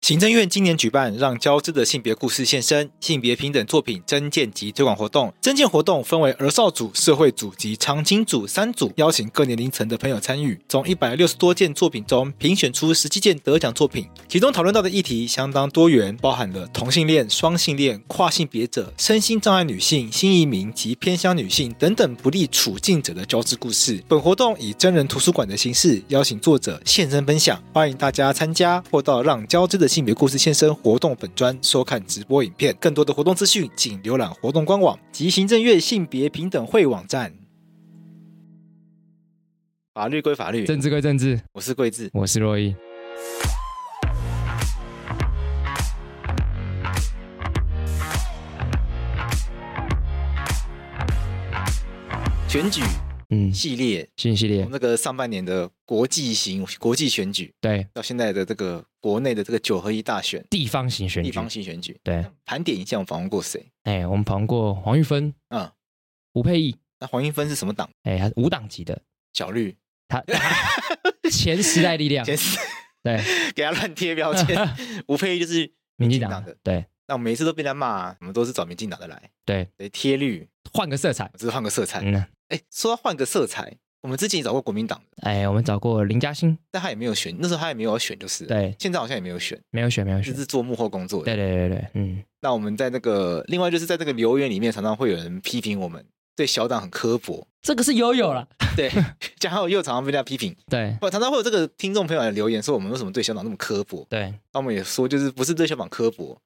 行政院今年举办让交织的性别故事现身、性别平等作品征件及推广活动。征件活动分为儿少组、社会组及长青组三组，邀请各年龄层的朋友参与。从一百六十多件作品中评选出十七件得奖作品，其中讨论到的议题相当多元，包含了同性恋、双性恋、跨性别者、身心障碍女性、新移民及偏乡女性等等不利处境者的交织故事。本活动以真人图书馆的形式，邀请作者现身分享，欢迎大家参加或到让交织的。性别故事现身活动本专收看直播影片，更多的活动资讯，请浏览活动官网及行政院性别平等会网站。法律归法律，政治归政治，我是桂智，我是洛伊。选举嗯，系列，新系我列们，这个上半年的国际型国际选举，对，到现在的这个国内的这个九合一大选、地方型选地举，方性选举，对，盘点一下我们访问过谁？哎，我们跑过黄玉芬，嗯，吴佩义，那黄英芬是什么党？哎，他是无党籍的，小绿，他 他前时代力量，先是 对，给他乱贴标签， 吴佩仪就是民进党党的的，对那我每次都被他骂、啊我们都是找民进党的来，对，对，贴绿，换个色彩，只是换个色彩。嗯，哎、说到换个色彩，我们之前也找过国民党的，哎，我们找过林嘉欣，但他也没有选，那时候他也没有要选，就是了，对，现在好像也没有选，没有选，没有选就，是做幕后工作对的。对对对，嗯，那我们在那个，另外就是在这个留言里面，常常会有人批评我们对小党很刻薄，这个是悠悠了， 对，加上又常常被大家批评，对不，常常会有这个听众朋友来留言说我们为什么对小党那么刻薄，对，哎那我们也说就是不是对小党刻薄，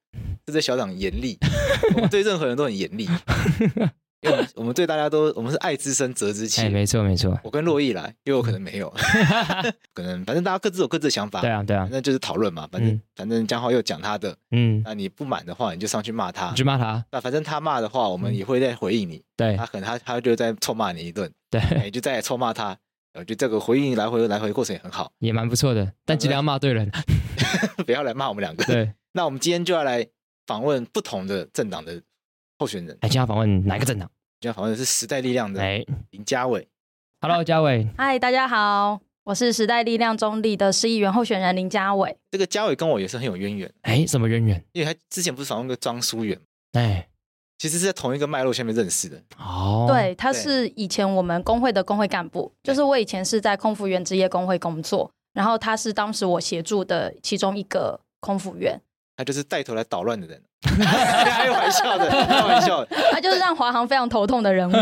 是对小党严厉，我们对任何人都很严厉。因为我们我们对大家都，我们是爱之深责之切哎，。没错没错，我跟洛毅来，因为我可能没有， 可能反正大家各自有各自的想法对，啊对啊反，正就是讨论嘛。反正嗯反正江浩又讲他的，嗯，那你不满的话，你就上去骂他你。去骂他，那反正他骂的话，我们也会再回应你。对他可能他他就再臭骂你一顿，对，你就再来臭骂他。我觉得这个回应来回来回过程也很好，也蛮不错的，但尽量骂对人， 不要来骂我们两个。 对，那我们今天就要来访问不同的政党的候选人，哎，今天要访问哪个政党？今天访问的是时代力量的哎林佳伟。 ，Hello，嘉伟，嗨，大家好，我是时代力量中立的市议员候选人林佳伟。这个佳伟跟我也是很有渊源，哎，什么渊源？因为他之前不是访问过庄淑媛，哎，其实是在同一个脉络下面认识的。哦，对，他对是以前我们工会的工会干部，对就是我以前是在空服员职业工会工作，然后他是当时我协助的其中一个空服 员，他就是带头来捣乱的人， 开玩笑的，开玩笑的。他就是让华航非常头痛的人物，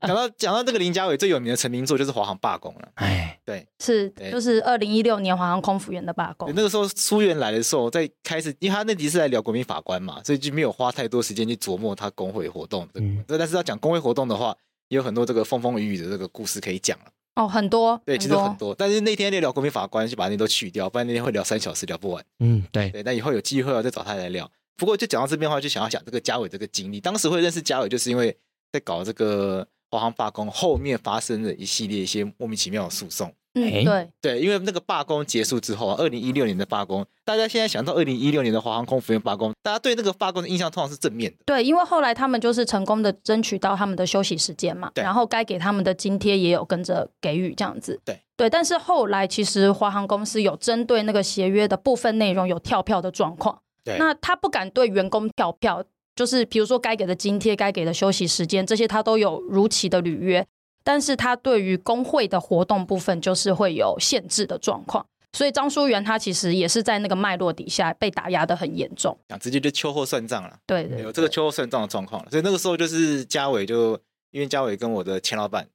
讲到讲到这个林佳伟最有名的成名作就是华航罢工了。哎，是对就是二零一六年华航空服员的罢工对。那个时候苏媛来的时候，在开始，因为他那集是在聊国民法官嘛，所以就没有花太多时间去琢磨他工会活动的。嗯那、但是要讲工会活动的话，也有很多这个风风雨雨的这个故事可以讲了。啊哦，很多，对，其实很多，但是那天在聊国民法官，就把那天都去掉，不然那天会聊三小时聊不完。嗯，对，对，那以后有机会要再找他来聊。不过就讲到这边的话，就想要讲这个嘉伟这个经历。当时会认识嘉伟，就是因为在搞这个华航罢工后面发生的一系列一些莫名其妙的诉讼。哎嗯，对，对，因为那个罢工结束之后啊，二零一六年的罢工，大家现在想到二零一六年的华航空服员罢工，大家对那个罢工的印象通常是正面的。对，因为后来他们就是成功的争取到他们的休息时间嘛，对然后该给他们的津贴也有跟着给予这样子。对但是后来其实华航公司有针对那个协约的部分内容有跳票的状况，对那他不敢对员工跳票，就是比如说该给的津贴、该给的休息时间这些他都有如期的履约，但是他对于工会的活动部分就是会有限制的状况。所以张淑媛她其实也是在那个脉络底下被打压的很严重，讲直接就秋后算账了，对对有这个秋后算账的状况了。所以那个时候就是嘉伟就因为嘉伟跟我的前老板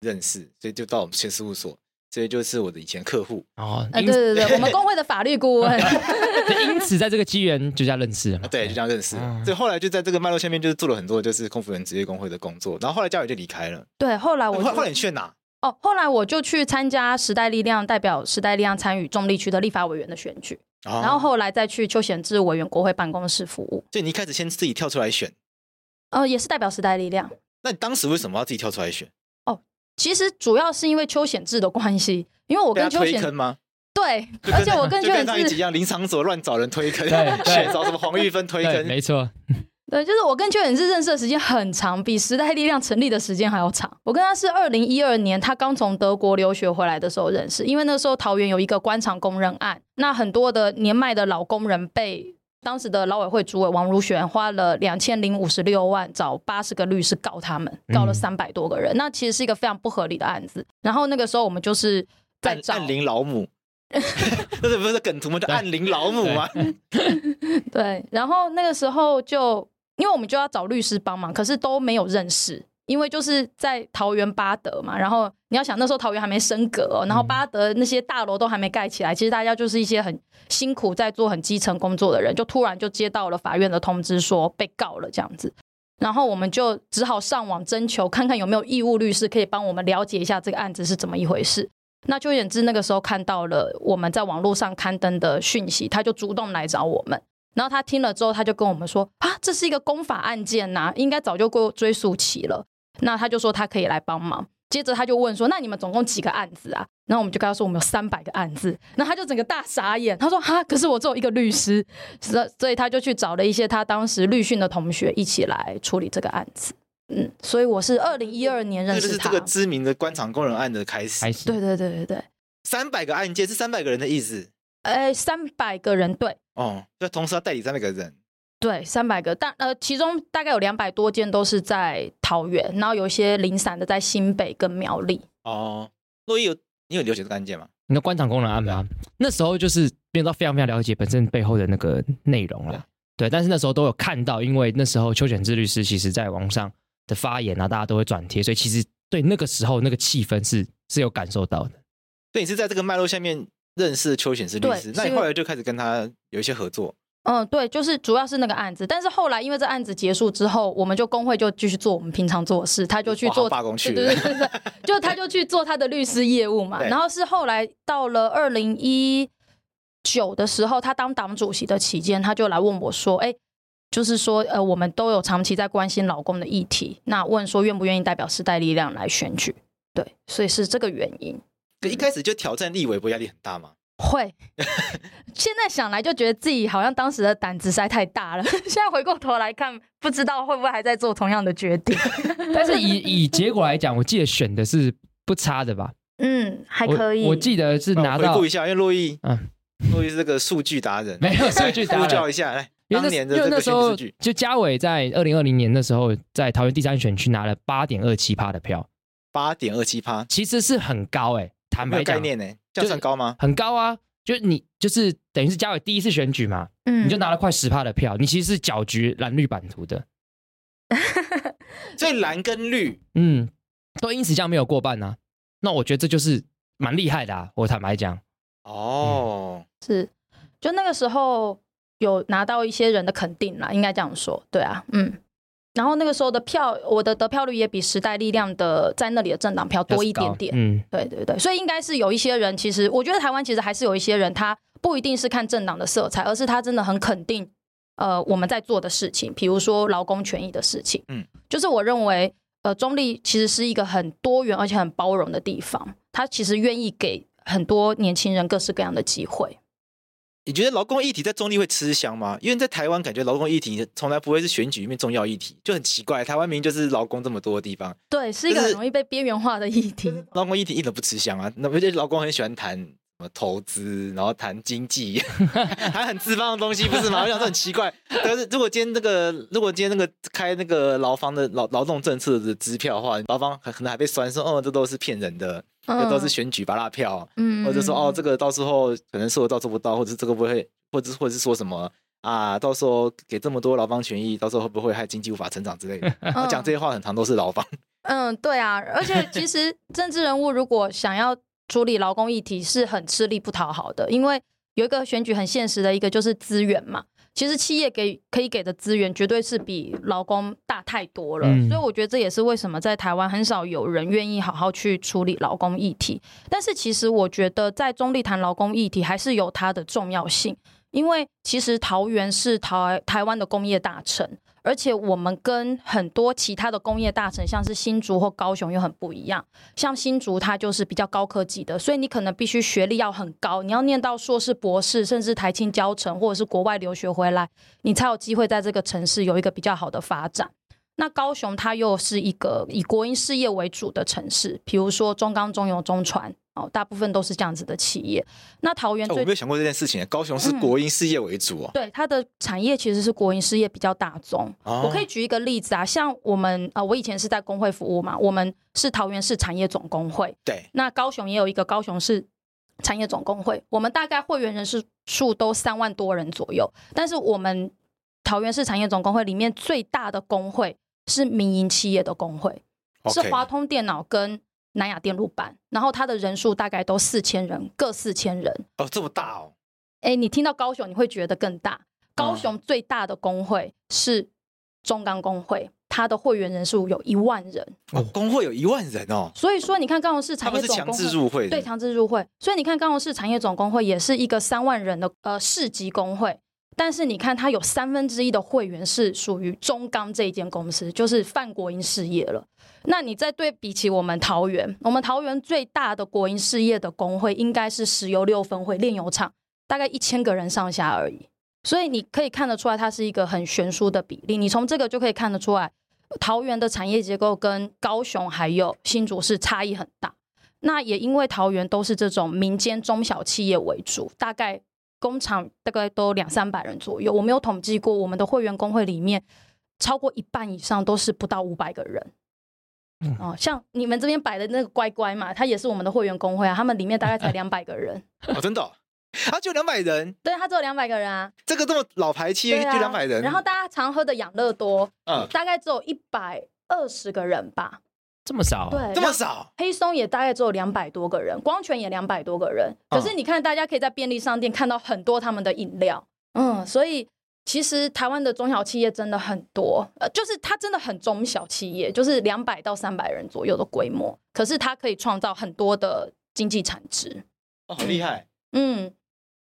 认识，所以就到我们前事务所，所以就是我的以前客户。哦，呃，因对对 对，我们工会的法律顾问，就因此在这个机缘就叫认识了嘛，啊对，就这样认识的。嗯所以啊后来就在这个脉络下面，就是做了很多就是空服员职业工会的工作。然后后来嘉伟就离开了。对，后来后我后来就你去哪？哦，后来我就去参加时代力量，代表时代力量参与中立区的立法委员的选举，然然后，后来再去邱显志委员国会办公室服务，哦所以你一开始先自己跳出来选。呃，也是代表时代力量。那你当时为什么要自己跳出来选？其实主要是因为邱显志的关系，因为我被他跟邱推显坑吗？对，就而且我跟就邱跟显上一集一 志样，林场所乱找人推坑，对对选找什么黄玉芬推对，坑。没错，对，就是我跟邱远志认识的时间很长，比时代力量成立的时间还要长。我跟他是二零一二年，他刚从德国留学回来的时候认识，因为那时候桃园有一个官场工人案，那很多的年迈的老工人被当时的劳委会主委王如璇花了两千零五十六万找八十个律师告他们，告了嗯三百多个人，那其实是一个非常不合理的案子。然后那个时候我们就是在按找按铃老 母， 这是不是梗图吗？叫按铃老母吗？对，然后那个时候就因为我们就要找律师帮忙，可是都没有认识，因为就是在桃园巴德嘛。然后你要想那时候桃园还没升格哦、然后巴德那些大楼都还没盖起来，其实大家就是一些很辛苦在做很基层工作的人，就突然就接到了法院的通知说被告了这样子。然后我们就只好上网征求，看看有没有义务律师可以帮我们了解一下这个案子是怎么一回事。那邱远志那个时候看到了我们在网络上刊登的讯息，他就主动来找我们。然后他听了之后，他就跟我们说啊，这是一个公法案件呐、应该早就过追诉期了。那他就说他可以来帮忙。接着他就问说，那你们总共几个案子啊？然后我们就跟他说我们有三百个案子，然后他就整个大傻眼，他说哈，可是我只有一个律师，所所以他就去找了一些他当时律训的同学一起来处理这个案子。嗯，所以我是二零一二年认这就识是他这个。知名的官场工人案的开始开。始对对对对对，三百个案件是三百个人的意思哎，三百个人对。哦，就同时要代理三百个人。对，三百个，但呃，其中大概有两百多件都是在桃园，然后有一些零散的在新北跟苗栗。哦，洛伊有你有了解这个案件吗？你的官场功能安排啊，那时候就是变到非常非常了解本身背后的那个内容了。对，但是那时候都有看到，因为那时候邱显志律师其实在网上的发言啊，大家都会转贴，所以其实对那个时候那个气氛是是有感受到的。所以你是在这个脉络下面认识邱显是律对师，是那你因为后来就开始跟他有一些合作。嗯，对，就是主要是那个案子，但是后来因为这案子结束之后，我们就工会就继续做我们平常做的事，他就去哇做他罢工去了对对对对对，就他就去做他的律师业务嘛。对然后是后来到了二零一九的时候，他当党主席的期间，他就来问我说：“哎，就是说呃，我们都有长期在关心老公的议题，那问说愿不愿意代表时代力量来选举？”对，所以是这个原因。可 一开始就挑战立委，不压力很大吗？ 会，现在想来就觉得自己好像当时的胆子实在太大了， 现在回过头来看，不知道会不会还在做同样的决定。但是以以结果来讲，我记得选的是不差的吧？ 嗯，还我可以。我记得是那我拿呃回到顾一下，因为洛伊，嗯洛伊是这个数据达 人，没有数据呼打叫了。一下来，因当为那年的因为这那个时选举候数据，就嘉伟在二零二零年的时候，在桃园第三选区拿了八点二七趴的票，八点二七趴，其实是很高哎、坦没白有概嗯讲，念呢，这样算高吗？很高啊。就是你就是等于是嘉伟第一次选举嘛，嗯你就拿了快十趴的票，你其实是搅局蓝绿版图的，所以蓝跟绿嗯，都因此这样没有过半啊。那我觉得这就是蛮厉害的啊，我坦白讲，哦，是，就那个时候有拿到一些人的肯定啦，应该这样说，对啊，嗯。然后那个时候的票，我的得票率也比时代力量的在那里的政党票多一点点，嗯，对对对，所以应该是有一些人，其实我觉得台湾其实还是有一些人，他不一定是看政党的色彩，而是他真的很肯定，呃，我们在做的事情，比如说劳工权益的事情，嗯嗯，就是我认为，呃，中立其实是一个很多元而且很包容的地方，他其实愿意给很多年轻人各式各样的机会。你觉得劳工议题在中立会吃香吗？因为在台湾，感觉劳工议题从来不会是选举里面重要议题，就很奇怪。台湾明明就是劳工这么多的地方，对，是一就个很是容易被边缘化的 议题。劳工议题一点都不吃香啊。那不就劳工很喜欢谈什么投资，然后谈经济， 谈很资方的东西，不是吗？我想说很奇怪。但是如果今天那个，如果今天那个开那个劳方的劳劳动政策的支票的话，劳方可能还被酸说，哦，这都是骗人的，这都是选举拔蜡票。啊嗯或者说哦，这个到时候可能说得到做不到，或者是这个不会，或者或者是说什么啊，到时候给这么多劳方权益，到时候会不会害经济无法成长之类 的？然后讲这些话很常都是劳方， 嗯，对啊，而且其实政治人物如果想要处理劳工议题，是很吃力不讨好的，因为有一个选举很现实的一个就是资源嘛。其实企业给可以给的资源绝对是比劳工大太多了，嗯所以我觉得这也是为什么在台湾很少有人愿意好好去处理劳工议题。但是其实我觉得在中立谈劳工议题还是有它的重要性，因为其实桃园是台台湾的工业大城，而且我们跟很多其他的工业大城，像是新竹或高雄又很不一样。像新竹它就是比较高科技的，所以你可能必须学历要很高，你要念到硕士、博士，甚至台青教程或者是国外留学回来，你才有机会在这个城市有一个比较好的发展。那高雄它又是一个以国营事业为主的城市，比如说中钢、中油、中船哦，大部分都是这样子的企业。那桃园哎我最没有想过这件事情，高雄是国营事业为主哦。嗯对它的产业其实是国营事业比较大宗。哦我可以举一个例子啊，像我们啊、呃我以前是在工会服务嘛，我们是桃园市产业总工会，对，那高雄也有一个高雄市产业总工会，我们大概会员人数数都三万多人左右，但是我们桃园市产业总工会里面最大的工会是民营企业的工会，是 OK 华通电脑跟南亚电路板，然后它的人数大概都四千人，各四千人。哦，这么大哦，哎，你听到高雄，你会觉得更大。高嗯雄最大的工会是中钢工会，它的会员人数有一万人。哦工会有一万人哦，所以说，你看高雄市他产业们是总工强会制入会的，对强制入会，所以你看高雄市产业总工会也是一个三万人的呃市级工会。但是你看，它有三分之一的会员是属于中钢这一间公司，就是泛国营事业了。那你再对比起我们桃园，我们桃园最大的国营事业的工会应该是石油六分会炼油厂，大概一千个人上下而已。所以你可以看得出来，它是一个很悬殊的比例。你从这个就可以看得出来，桃园的产业结构跟高雄还有新竹是差异很大。那也因为桃园都是这种民间中小企业为主，大概工厂大概都两三百人左右。我没有统计过，我们的会员工会里面超过一半以上都是不到五百个人。嗯哦，像你们这边摆的那个乖乖嘛，它也是我们的会员工会啊，他们里面大概才两百个人， 哦，真的哦，啊，就两百人，对，它只有两百个人啊，这个这么老牌企对业就啊，两百人，然后大家常喝的养乐多，嗯，大概只有一百二十个人吧，这么少，啊对，哦这么少，黑松也大概只有两百多个人，光泉也两百多个人。嗯可是你看，大家可以在便利商店看到很多他们的饮料，嗯，所以其实台湾的中小企业真的很多，呃，就是它真的很中小企业，就是两百到三百人左右的规模，可是它可以创造很多的经济产值，哦，好厉害，嗯，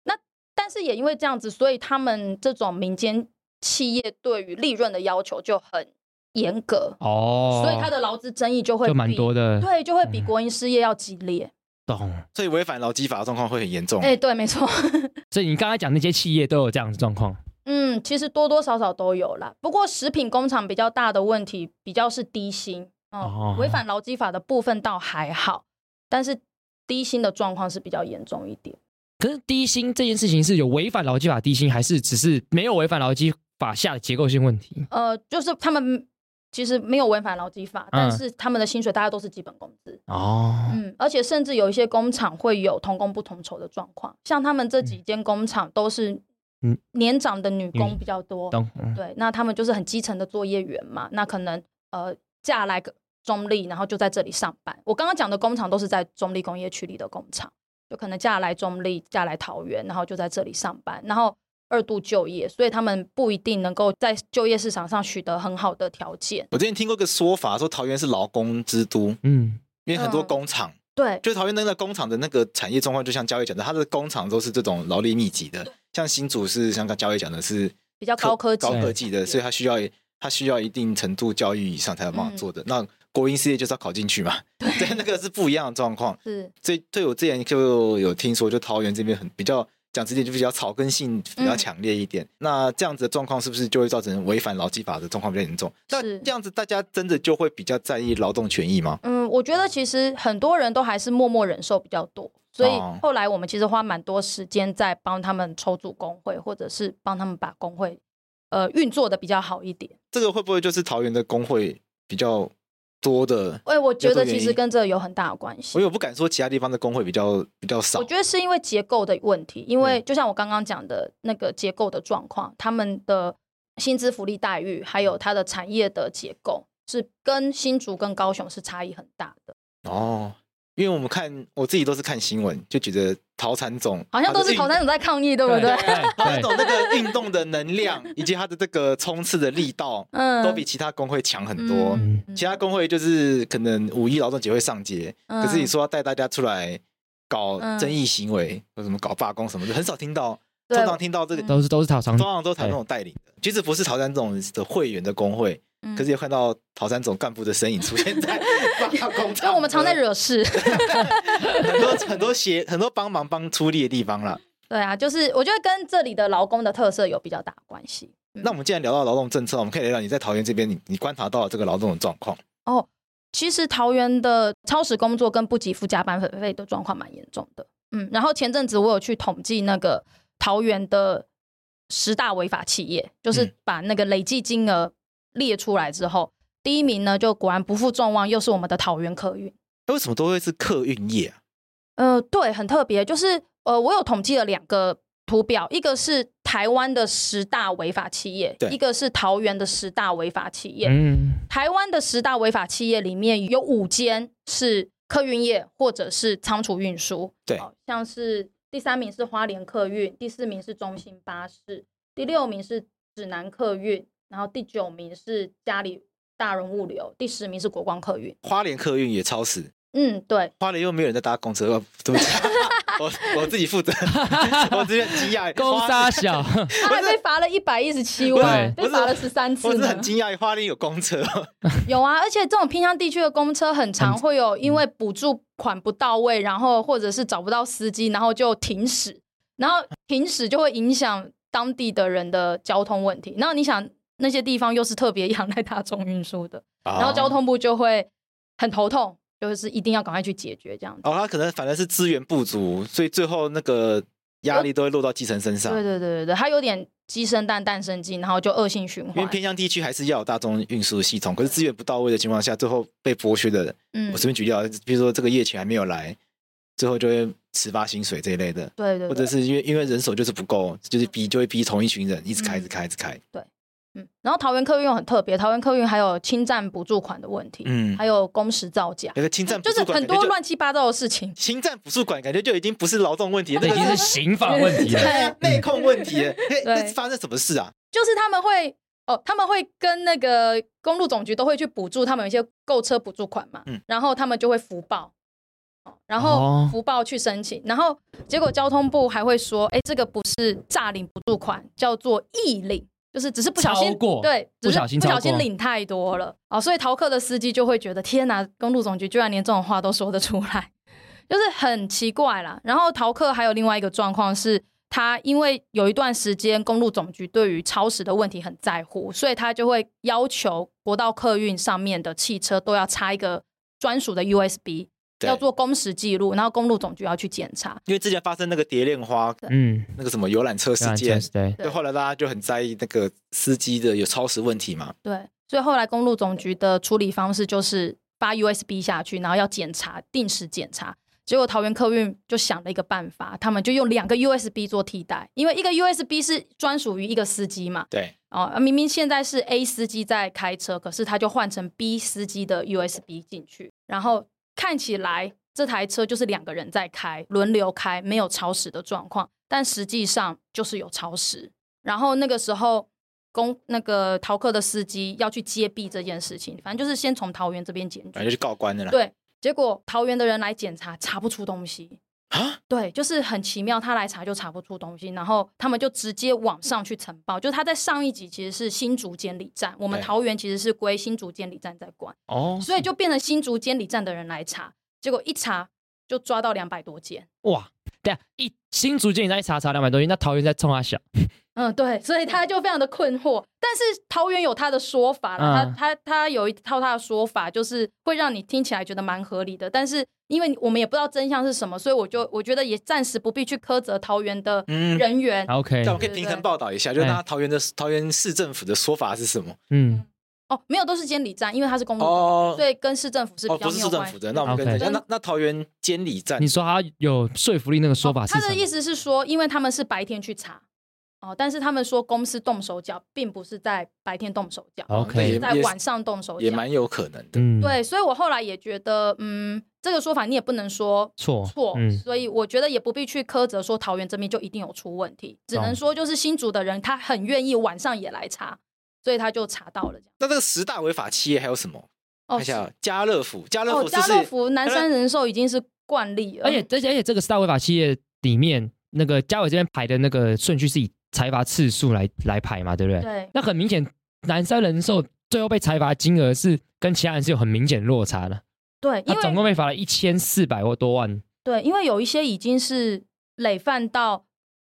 那但是也因为这样子，所以他们这种民间企业对于利润的要求就很严格，哦，所以它的劳资争议就会就蛮比多的，对，就会嗯比国营事业要激烈。懂。所以违反劳基法的状况会很严重。哎、对，没错。 所以你刚才讲那些企业都有这样的状况，嗯，其实多多少少都有啦。不过食品工厂比较大的问题，比较是低薪。哦哦，违反劳基法的部分倒还好，但是低薪的状况是比较严重一点。可是低薪这件事情是有违反劳基法低薪，还是只是没有违反劳基法下的结构性问题？呃，就是他们其实没有违反劳基法，但嗯是他们的薪水大家都是基本工资。哦，嗯，而且甚至有一些工厂会有同工不同酬的状况，像他们这几间工厂都是嗯年长的女女工比较多。懂，嗯对，那他们就是很基层的作业员嘛，那可能呃嫁来个中立，然后就在这里上班。我刚刚讲的工厂都是在中立工业区里的工厂，就可能嫁来中立，嫁来桃园，然后就在这里上班，然后二度就业，所以他们不一定能够在就业市场上取得很好的条件。我之前听过一个说法，说桃园是劳工之都，嗯，因为很多嗯工厂，对，就是桃园那个工厂的那个产业状况，就像交易讲的，它的工厂都是这种劳力密集的，像新竹是像刚交易讲的是比较高科技高科技的，所以它需要它需要一定程度教育以上才有嗯办法做的。那国营事业就是要考进去 嘛，对，那个是不一样的状况。是所以对我之前就有听说，就桃园这边很比较讲直接就比较草根性比嗯较强烈一点。那这样子的状况是不是就会造成违反劳基法的状况比较严重？那是这样子大家真的就会比较在意劳动权益吗？嗯，我觉得其实很多人都还是默默忍受比较多，所以哦后来我们其实花蛮多时间在帮他们筹组工会，或者是帮他们把工会呃运作的比较好一点。这个会不会就是桃园的工会比较多的？哎，我觉有这得个原其实因跟这有很大的关我系。有不敢说其他地方的工会比较比较少我，觉得是因为结构的问题，因为嗯就像我刚刚讲的那个结构的状况，他们的薪资福利待遇，还有它的产业的结构，是跟新竹跟高雄是差异很大的。哦，因为我们看我自己都是看新闻，就觉得陶产总好像都是他考的运生在抗议，对不对？陶产对总那个运动的能量以及他的这个冲刺的力道，嗯，都比其他工会强很多。嗯其他工会就是可能五一劳动节会上街，嗯可是你说要带大家出来搞嗯争议行为，或什么搞罢工什么的，很少听到对通常听到这个，嗯都是都是讨常通常都谈那种带领的，即使不是潮汕这种的会员的工会，嗯可是也看到潮汕这种干部的身影出现 在罢工，因为我们常在惹事。 很多很多协很多帮忙帮出力的地方啦。对啊，就是我觉得跟这里的劳工的特色有比较大的关系。那我们既然聊到劳动政策，我们可以聊聊你在桃园这边，你你观察到的这个劳动的状况。其实桃园的超时工作跟不给付加班费的状况蛮严重的。嗯，然后前阵子我有去统计那个桃园的十大违法企业，就是嗯把那个累计金额列出来之后，第一名呢就果然不负众望，又是我们的桃园客运。那为什么都会是客运业啊？呃，对，很特别，就是呃，我有统计了两个图表，一个是台湾的十大违法企业对，一个是桃园的十大违法企业。嗯，台湾的十大违法企业里面有五间是客运业或者是仓储运输，对好像是第三名是花莲客运，第四名是中兴巴士，第六名是指南客运，然后第九名是嘉里大荣物流，第十名是国光客运。花莲客运也超时，嗯，对，花莲又没有人在搭公车，呃对 不起，我我自己负责， 我直接惊讶，勾花沙 小，他还被罚了一百一十七万，不是被罚了十三次我是呢很惊讶，花莲有公车，有啊，而且这种偏乡地区的公车很常会有因为嗯补助款不到位，然后或者是找不到司机，然后就停驶，然后停驶就会影响当地的人的交通问题。然后你想那些地方又是特别仰赖大众运输 的，然然后交通部就会很头痛，就是一定要赶快去解决这样子。哦，他可能反正是资源不足，所以最后那个压力都会落到基层身上。对对对对对，它有点鸡生蛋蛋生鸡，然后就恶性循因为环。偏向地区还是要有大众运输系统，可是资源不到位的情况下，最后被剥削的人，嗯我，随便举例啊，比如说这个业钱还没有来，最后就会迟发薪水这一类的，对对或者对，是因为因为人手就是不够，就是逼就会逼同一群人一直开，一直开，一直开。嗯。然后桃园客运又很特别，桃园客运还有侵占补助款的问题，嗯，还有工时造假。那个侵占嗯就是很多就乱七八糟的事情。侵占不术馆，感觉就已经不是劳动问题，这那已个经是刑法问题了。对，内控问题了。嘿那 对发生什么事啊？就是他们会哦，他们会跟那个公路总局都会去补助他们有一些购车补助款嘛，嗯然后他们就会福报，哦然哦后福报去申请，然后结果交通部还会说，哎，这个不是诈领补助款，叫做异领。就是只是不小超心过对，只不是小心不超小心过领太多了啊、哦所以逃课的司机就会觉得天哪，公路总局居然连这种话都说得出来。就是很奇怪啦。然后逃课还有另外一个状况是，他因为有一段时间公路总局对于超时的问题很在乎，所以他就会要求国道客运上面的汽车都要插一个专属的 USB，对要做工时记录，然后公路总局要去检查。因为之前发生那个蝶恋花嗯，那个什么游览车事件，对，啊对对，后来大家就很在意那个司机的有超时问题嘛。对，所以后来公路总局的处理方式就是发 USB 下去，然后要检查，定时检查。结果桃园客运就想了一个办法，他们就用两个 USB 做替代，因为一个 USB 是专属于一个司机嘛，对，哦，明明现在是 A 司机在开车，可是他就换成 B 司机的 USB 进去，然后看起来这台车就是两个人在开，轮流开，没有超时的状况，但实际上就是有超时。然后那个时候，公那个逃课的司机要去揭弊这件事情，反正就是先从桃园这边检反举，正就去告官的啦。对，结果桃园的人来检查，查不出东西，啊，对，就是很奇妙，他来查就查不出东西，然后他们就直接往上去呈报。就是他在上一集其实是新竹监理站，我们对桃园其实是归新竹监理站在管，哦，所以就变成新竹监理站的人来查，结果一查就抓到两百多件。哇，对啊，一新竹建你在查查两百多亿，那桃园在冲他小，嗯，对，所以他就非常的困惑。但是桃园有他的说法啦，嗯他他他有一套他的说法，就是会让你听起来觉得蛮合理的。但是因为我们也不知道真相是什么，所以我就我觉得也暂时不必去苛责桃园的嗯人员。啊 OK，但我可以平衡报道一下，就对是大家桃园的桃园市政府的说法是什么？嗯，哦，没有，都是监理站，因为它是公路总局哦，嗯对，跟市政府是比哦，较不是没市有政关系。府的，那我们跟 OK 那那那桃园监理站你说他有说服力那个说法是哦他什的意么？思是说，因为他们是白天去查，哦，但是他们说公司动手脚，并不是在白天动手脚 OK 是在也晚上动手也脚。蛮有可能的。嗯，对，所以我后来也觉得，嗯，这个说法你也不能说错错，嗯，所以我觉得也不必去苛责说桃园这边就一定有出问题，只能懂说就是新竹的人他很愿意晚上也来查，所以他就查到了这样。那这个十大违法企业还有什么？看哦，一下家乐福，家乐哦，福是家不乐是福南山人寿已经是惯例嗯了，而且而且而且这个四大违法企业里面那个嘉伟这边排的那个顺序是以裁罚次数来来排嘛，对不对？对，那很明显，南山人寿最后被裁罚金额是跟其他人是有很明显落差的，对，他因为总共被罚了一千四百或多万。对，因为有一些已经是累犯到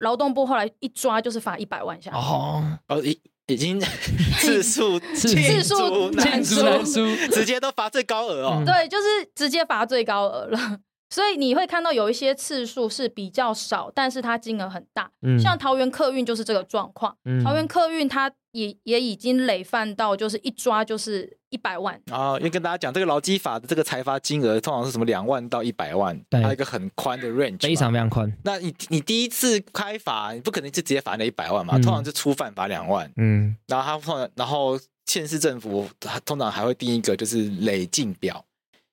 劳动部，后来一抓就是罚一百万下来。哦，哦，已已 经 次数次罄次竹数难罄书竹难书， 直接都罚最高额哦嗯。对，就是直接罚最高额了。 所以你会看到有一些次数是比较少，但是它金额很大。嗯像桃园客运就是这个状况，桃园客运它也也已经累犯到，就是一抓就是一百万。啊，因为跟大家讲，这个劳基法的这个裁罚金额通常是什么两万到一百万，对它有一个很宽的 range，嘛非常非常宽，那你你第一次开罚，你不可能就直接罚那一百万嘛，嗯通常就初犯罚两万，嗯然后他通常然后县市政府它通常还会定一个就是累进表，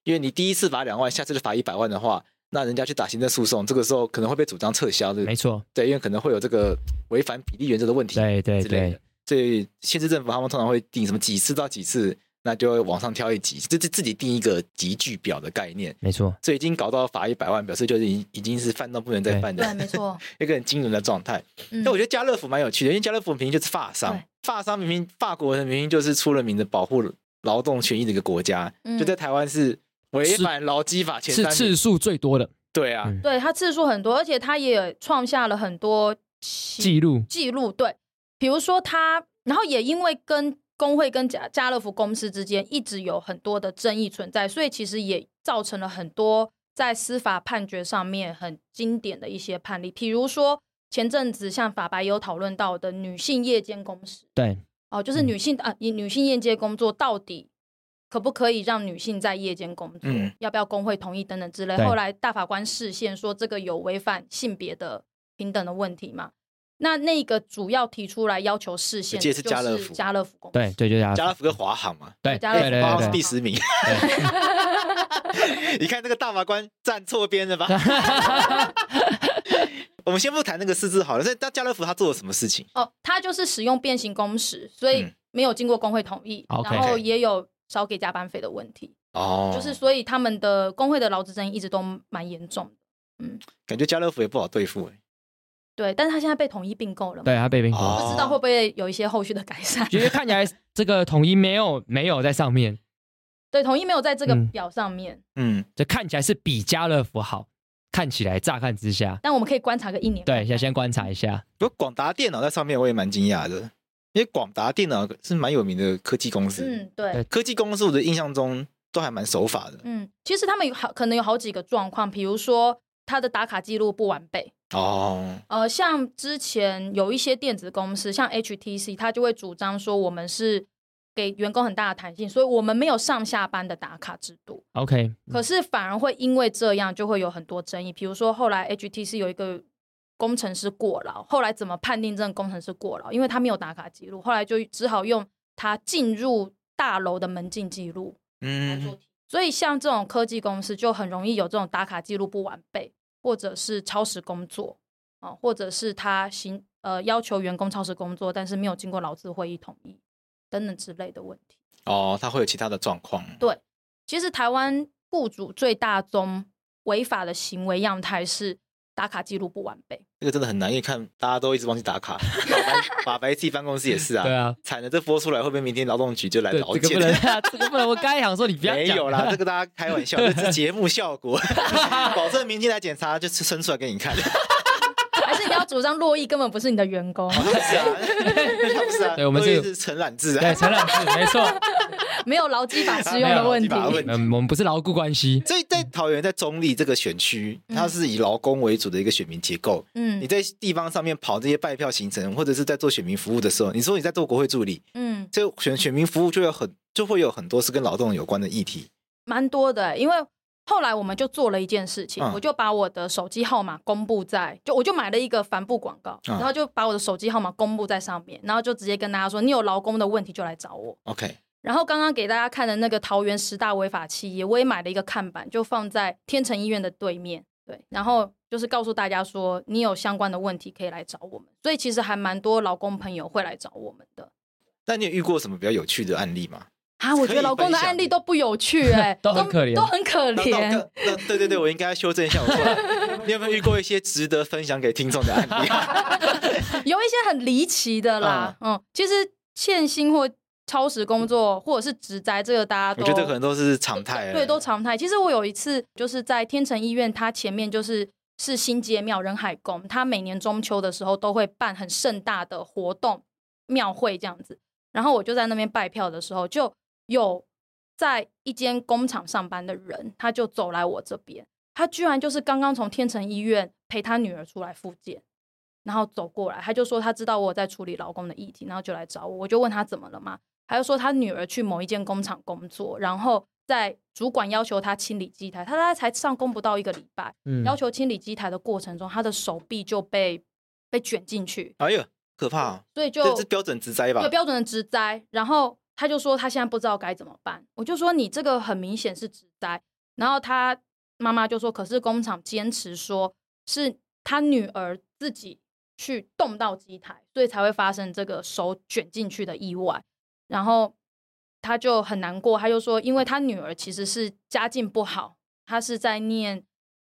因为你第一次罚两万，下次就罚一百万的话，那人家去打行政诉讼，这个时候可能会被主张撤销，对不没对错，对，因为可能会有这个违反比例原则的问题对对之类哎对的，，所以县市政府他们通常会定什么几次到几次，那就会往上挑一级，就自自己定一个集聚表的概念。没错，所以已经搞到罚一百万，表示就是已已经是犯到不能再犯的 对，没错。一个很惊人的状态。嗯但我觉得家乐福蛮有趣的，因为家乐福明明就是法商对，法商明明法国人明明就是出了名的保护劳动权益的一个国家，嗯就在台湾是违反劳基法前是三次名。数最多的对啊，嗯对它次数很多，而且它也创下了很多奇记录，记录，对，比如说他，然后也因为跟工会跟家家乐福公司之间一直有很多的争议存在，所以其实也造成了很多在司法判决上面很经典的一些判例，比如说前阵子像法白有讨论到的女性夜间工时，对，哦、就是女性啊、以女性夜间工作到底。可不可以让女性在夜间工作？嗯要不要工会同意等等之类？对后来大法官释宪说，这个有违反性别的平等的问题嘛？那那个主要提出来要求视线，我记得是就家乐福家乐福公司。对对，就这家乐样，福跟华航嘛，对家对乐对福华对航是对第十名。对， 你看这个大法官站错边 了吧？我们先不谈那个四字好了，所以那家乐福他做了什么事情？哦，他就是使用变形工时，所以嗯没有经过工会同意， OK 然后也有少给加班费的问题，哦，就是所以他们的工会的劳资争议一直都蛮严重的。感觉家乐福也不好对付、欸。对，但是他现在被统一并购了嘛，对他被冰封，哦不知道会不会有一些后续的改善。觉得看起来这个统一没有没有在上面，对，统一没有在这个嗯表上面，嗯，这看起来是比家乐福好，看起来乍看之下，但我们可以观察个一年。对，先先观察一下，不过广达电脑在上面我也蛮惊讶的，因为广达电脑是蛮有名的科技公司。嗯，对，对科技公司我的印象中都还蛮守法的。嗯，其实他们有好可能有好几个状况，比如说他的打卡记录不完备，哦，呃，像之前有一些电子公司，像 HTC，它就会主张说我们是给员工很大的弹性，所以我们没有上下班的打卡制度。 OK，可是反而会因为这样，就会有很多争议。比如说后来 HTC 有一个工程师过劳，后来怎么判定这个工程师过劳？因为他没有打卡记录，后来就只好用他进入大楼的门禁记录来嗯，做题。所以像这种科技公司就很容易有这种打卡记录不完备，或者是超时工作啊、哦或者是他行呃要求员工超时工作，但是没有经过劳资会议同意等等之类的问题。哦，它会有其他的状况。其实台湾雇主最大宗违法的行为样态是打卡记录不完备。这个真的很难，因为看大家都一直忘记打 卡。法白法白自己办公室也是啊。对啊，惨了，这播出来会不会明天劳动局就来对，劳这个检 不？能， 这个不能，我刚才想说你不要没讲有啦，这个大家开玩笑，这是节目效果， 保证明天来检查就伸出来给你 看。还是你要主张 洛伊根本不是你的员工，是啊，他不是啊，对我们都一是直承揽制对，啊。承认是 没错，没有劳基法适用的问题没有。劳基法问题嗯，我们不是牢固关系，所以在桃园，在中立这个选区，嗯它是以劳工为主的一个选民结构。你嗯在地方上面跑这些拜票行程，或者是在做选民服务的时候，你说你在做国会助理，嗯，这个选选民服务就有很就会有很多是跟劳动有关的议题。蛮多的欸、因为。后来我们就做了一件事情，嗯我就把我的手机号码公布在，就我就买了一个帆布广告，嗯然后就把我的手机号码公布在上面，然后就直接跟大家说，你有劳工的问题就来找我。 OK，然后刚刚给大家看的那个桃园十大违法企业，我也买了一个看板，就放在天成医院的对面。对，然后就是告诉大家说，你有相关的问题可以来找我们。所以其实还蛮多劳工朋友会来找我们的那你有遇过什么比较有趣的案例吗？啊。我可觉以得劳工的分享案例都不有趣哎、都很可怜都很可 那那我怜。那对对对，我应该修正一下我错了。 你有没有遇过一些值得分享给听众的案例？有一些很离奇的啦，嗯，其实欠薪或超时工作，或者是职灾，这个大家我觉都得这可能都是常态了。哦对都常态。其实我有一次就是在天成医院，它前面就是是新街庙仁海宫，它每年中秋的时候都会办很盛大的活动庙会这样子。然后我就在那边拜票的时候，就有在一间工厂上班的人，他就走来我这边，他居然就是刚刚从天成医院陪他女儿出来复健。然后走过来，他就说他知道我有在处理劳工的议题，然后就来找我。我就问他怎么了嘛，他就说他女儿去某一间工厂工作，然后在主管要求他清理机台，他大概才上工不到一个礼拜，嗯要求清理机台的过程中，他的手臂就被被卷进去，哎呦，可怕哦！所以就这是标准之灾吧有？标准的职灾，然后他就说他现在不知道该怎么办。我就说你这个很明显是职灾，然后他妈妈就说，可是工厂坚持说是他女儿自己去动到机台，所以才会发生这个手卷进去的意外。然后他就很难过，他就说，因为他女儿其实是家境不好，她是在念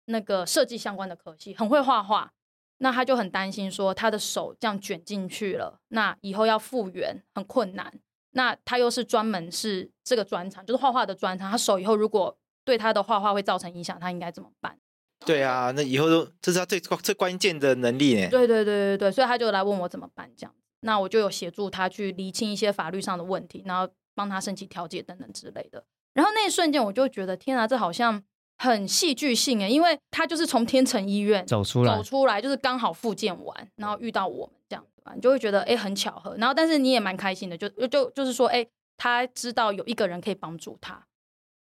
那个设计相关的科系，很会画画。那他就很担心说他的手这样卷进去了，那以后要复原很困难。那他又是专门是这个专长，就是画画的专长，他手以后如果对他的画画会造成影响，他应该怎么办？对啊，那以后都这是他最最关键的能力呢。对对对对对，所以他就来问我怎么办这样。那我就有协助他去厘清一些法律上的问题，然后帮他申请调解等等之类的。然后那一瞬间，我就觉得天啊，这好像很戏剧性欸诶，因为他就是从天成医院走出来走，出来，就是刚好复健完，然后遇到我们这样，对吧？你就会觉得哎、诶很巧合，然后但是你也蛮开心的，就就就是说哎、诶他知道有一个人可以帮助他，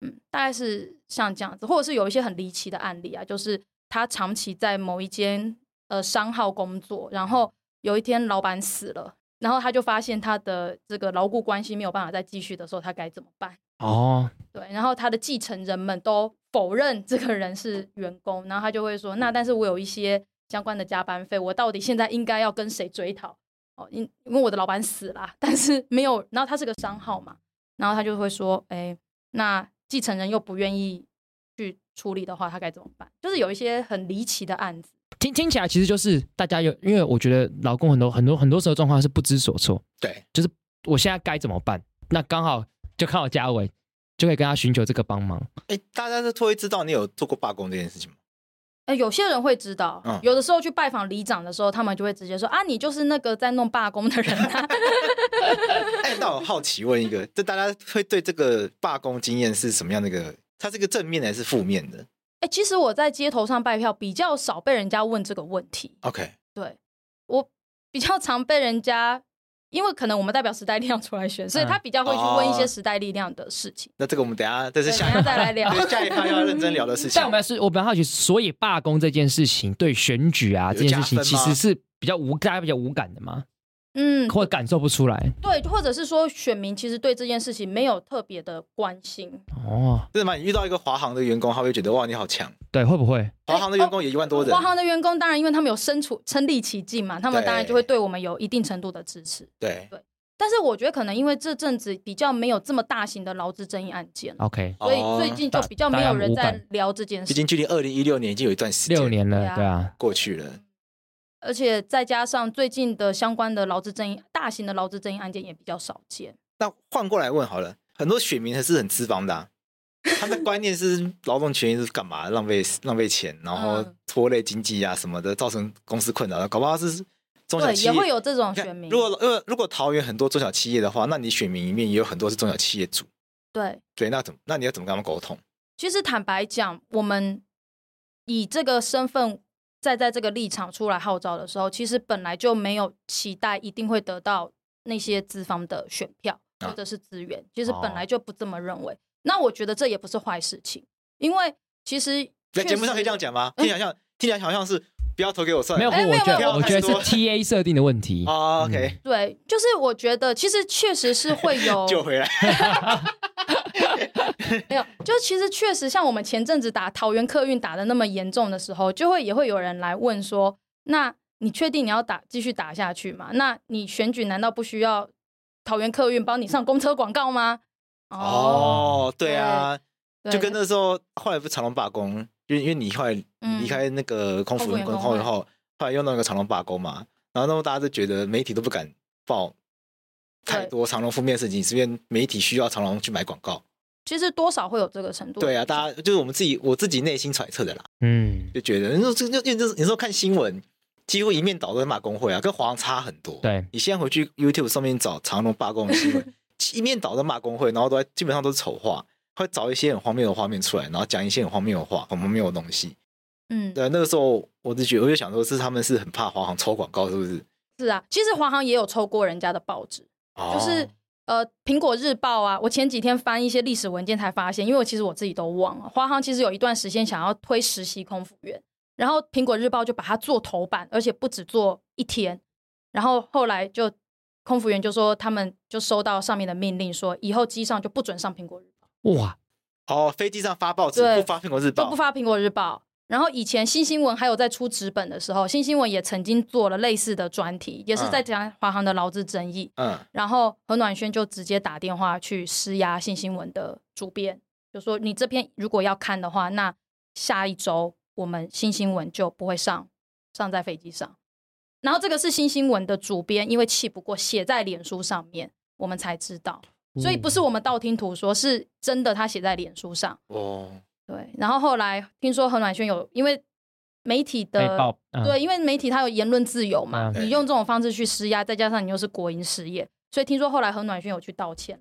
嗯，大概是像这样子，或者是有一些很离奇的案例啊，就是他长期在某一间呃商号工作，然后有一天老板死了。然后他就发现他的这个牢固关系没有办法再继续的时候，他该怎么办？哦，对，然后他的继承人们都否认这个人是员工，然后他就会说：“那但是我有一些相关的加班费，我到底现在应该要跟谁追讨？哦，因因为我的老板死啦，但是没有，然后他是个商号嘛，然后他就会说：‘哎，那继承人又不愿意去处理的话，他该怎么办？’就是有一些很离奇的案子，听听起来其实就是大家有，因为我觉得老公很多很多很多时候状况是不知所措，对，我现在该怎么办？那刚好就看到嘉文，就可以跟他寻求这个帮忙。哎，大家都会知道你有做过罢工这件事情吗？哎，有些人会知道，嗯有的时候去拜访里长的时候，他们就会直接说：‘啊，你就是那个在弄罢工的人啊。’哎，那我好奇问一个，这大家会对这个罢工经验是什么样的一个？它是一个正面的还是负面的哎、其实我在街头上拜票比较少被人家问这个问题， ？OK，对我比较常被人家，因为可能我们代表时代力量出来选，所以嗯他比较会去问一哦些时代力量的事情。那这个我们等一下，这是对下等一一下再来聊对下一趴要认真聊的事情。但我们是，我比较好奇，所以罢工这件事情对选举啊有这件事情加分其吗实是比较无，大家比较无感的嘛，嗯，或者感受不出来。对，或者是说选民其实对这件事情没有特别的关心。哦，真的吗？你遇到一个华航的员工，他会觉得哇，你好强。对，会不会？华航的员工也一万多人，哦华航的员工当然因为他们有身处身历其境嘛，他们对当然就会对我们有一定程度的支持。对，但是我觉得可能因为这阵子比较没有这么大型的劳资争议案件了， OK，所以哦最近就大比较大没家有很人无在感聊这件事毕。竟距离二零一六年已经有一段时间，六年对了，啊对啊，过去了。而且再加上最近的相关的劳资争议，大型的劳资争议案件也比较少见。那换过来问好了，很多选民还是很资方的、啊，他 们的观念是劳动权益是干嘛？浪费浪费钱，然后嗯拖累经济啊什么的，造成公司困扰。搞不好是中小对，企也业会有这种你看选民。如果呃如果桃园很多中小企业的话，那你选民里面也有很多是中小企业主，对，对，那怎么那你要怎么跟他们沟通？其实坦白讲，我们以这个身份再在这个立场出来号召的时候，其实本来就没有期待一定会得到那些资方的选票啊或者是资源，其实本哦来就不这么认为。那我觉得这也不是坏事情，因为其实在确节目上可以实这样讲吗？听起来像听起来好像是不要投给我算没有，了。哎我觉没有没有得我觉得是太多 TA 设定的问题。嗯啊、o k 对，就是我觉得其实确实 是会有救回来。没有，就其实确实像我们前阵子打桃园客运打的那么严重的时候，就会也会有人来问说：那你确定你要打继续打下去吗？那你选举难道不需要桃园客运帮你上公车广告吗？哦，对啊，对就跟那时候后来不是长隆罢工，因为因为你后来嗯离开那个空服空服员员工工后，会然后后来又弄一个长隆罢工嘛，然后那么大家就觉得媒体都不敢报太对多长隆负面的事情，是因为媒体需要长隆去买广告。其实多少会有这个程度。对啊，大家就是我们自己我自己内心揣测的啦，嗯，就觉得那这那因为就是你说看新闻，几乎一面倒都在骂工会啊，跟华航差很多。，对，你现在回去 YouTube 上面找长隆罢工的新 闻，一面倒在骂工会，然后都在基本上都是丑话，会找一些很荒谬的画面出来，然后讲一些很荒谬的话，很荒谬的东西。嗯，对，那个时候我就觉得，我就想说，是他们是很怕华航抽广告，是不是？是啊，其实华航也有抽过人家的报纸，哦就是呃，《苹果日报》啊，我前几天翻一些历史文件才发现，因为我其实我自己都忘了，华航其实有一段时间想要推实习空服员，然后《苹果日报》就把它做头版，而且不止做一天，然后后来就空服员就说他们就收到上面的命令说，以后机上就不准上《苹果日报哇，哦，飞机上发报纸对不发《苹果日》，报就不》，发《苹果日报》。然后以前新新闻还有在出纸本的时候，新新闻也曾经做了类似的专题，也是在讲华航的劳资争议。嗯，然后何暖轩就直接打电话去施压新新闻的主编，就说你这篇如果要看的话，那下一周我们新新闻就不会上上在飞机上。然后这个是新新闻的主编，因为气不过，写在脸书上面，我们才知道。所以不是嗯我们道听途说，是真的他写在脸书上。哦，对，然后后来听说何暖轩有因为媒体被的爆，嗯对，因为媒体它有言论自由嘛，嗯你用这种方式去施压，再加上你又是国营事业，所以听说后来何暖轩有去道歉，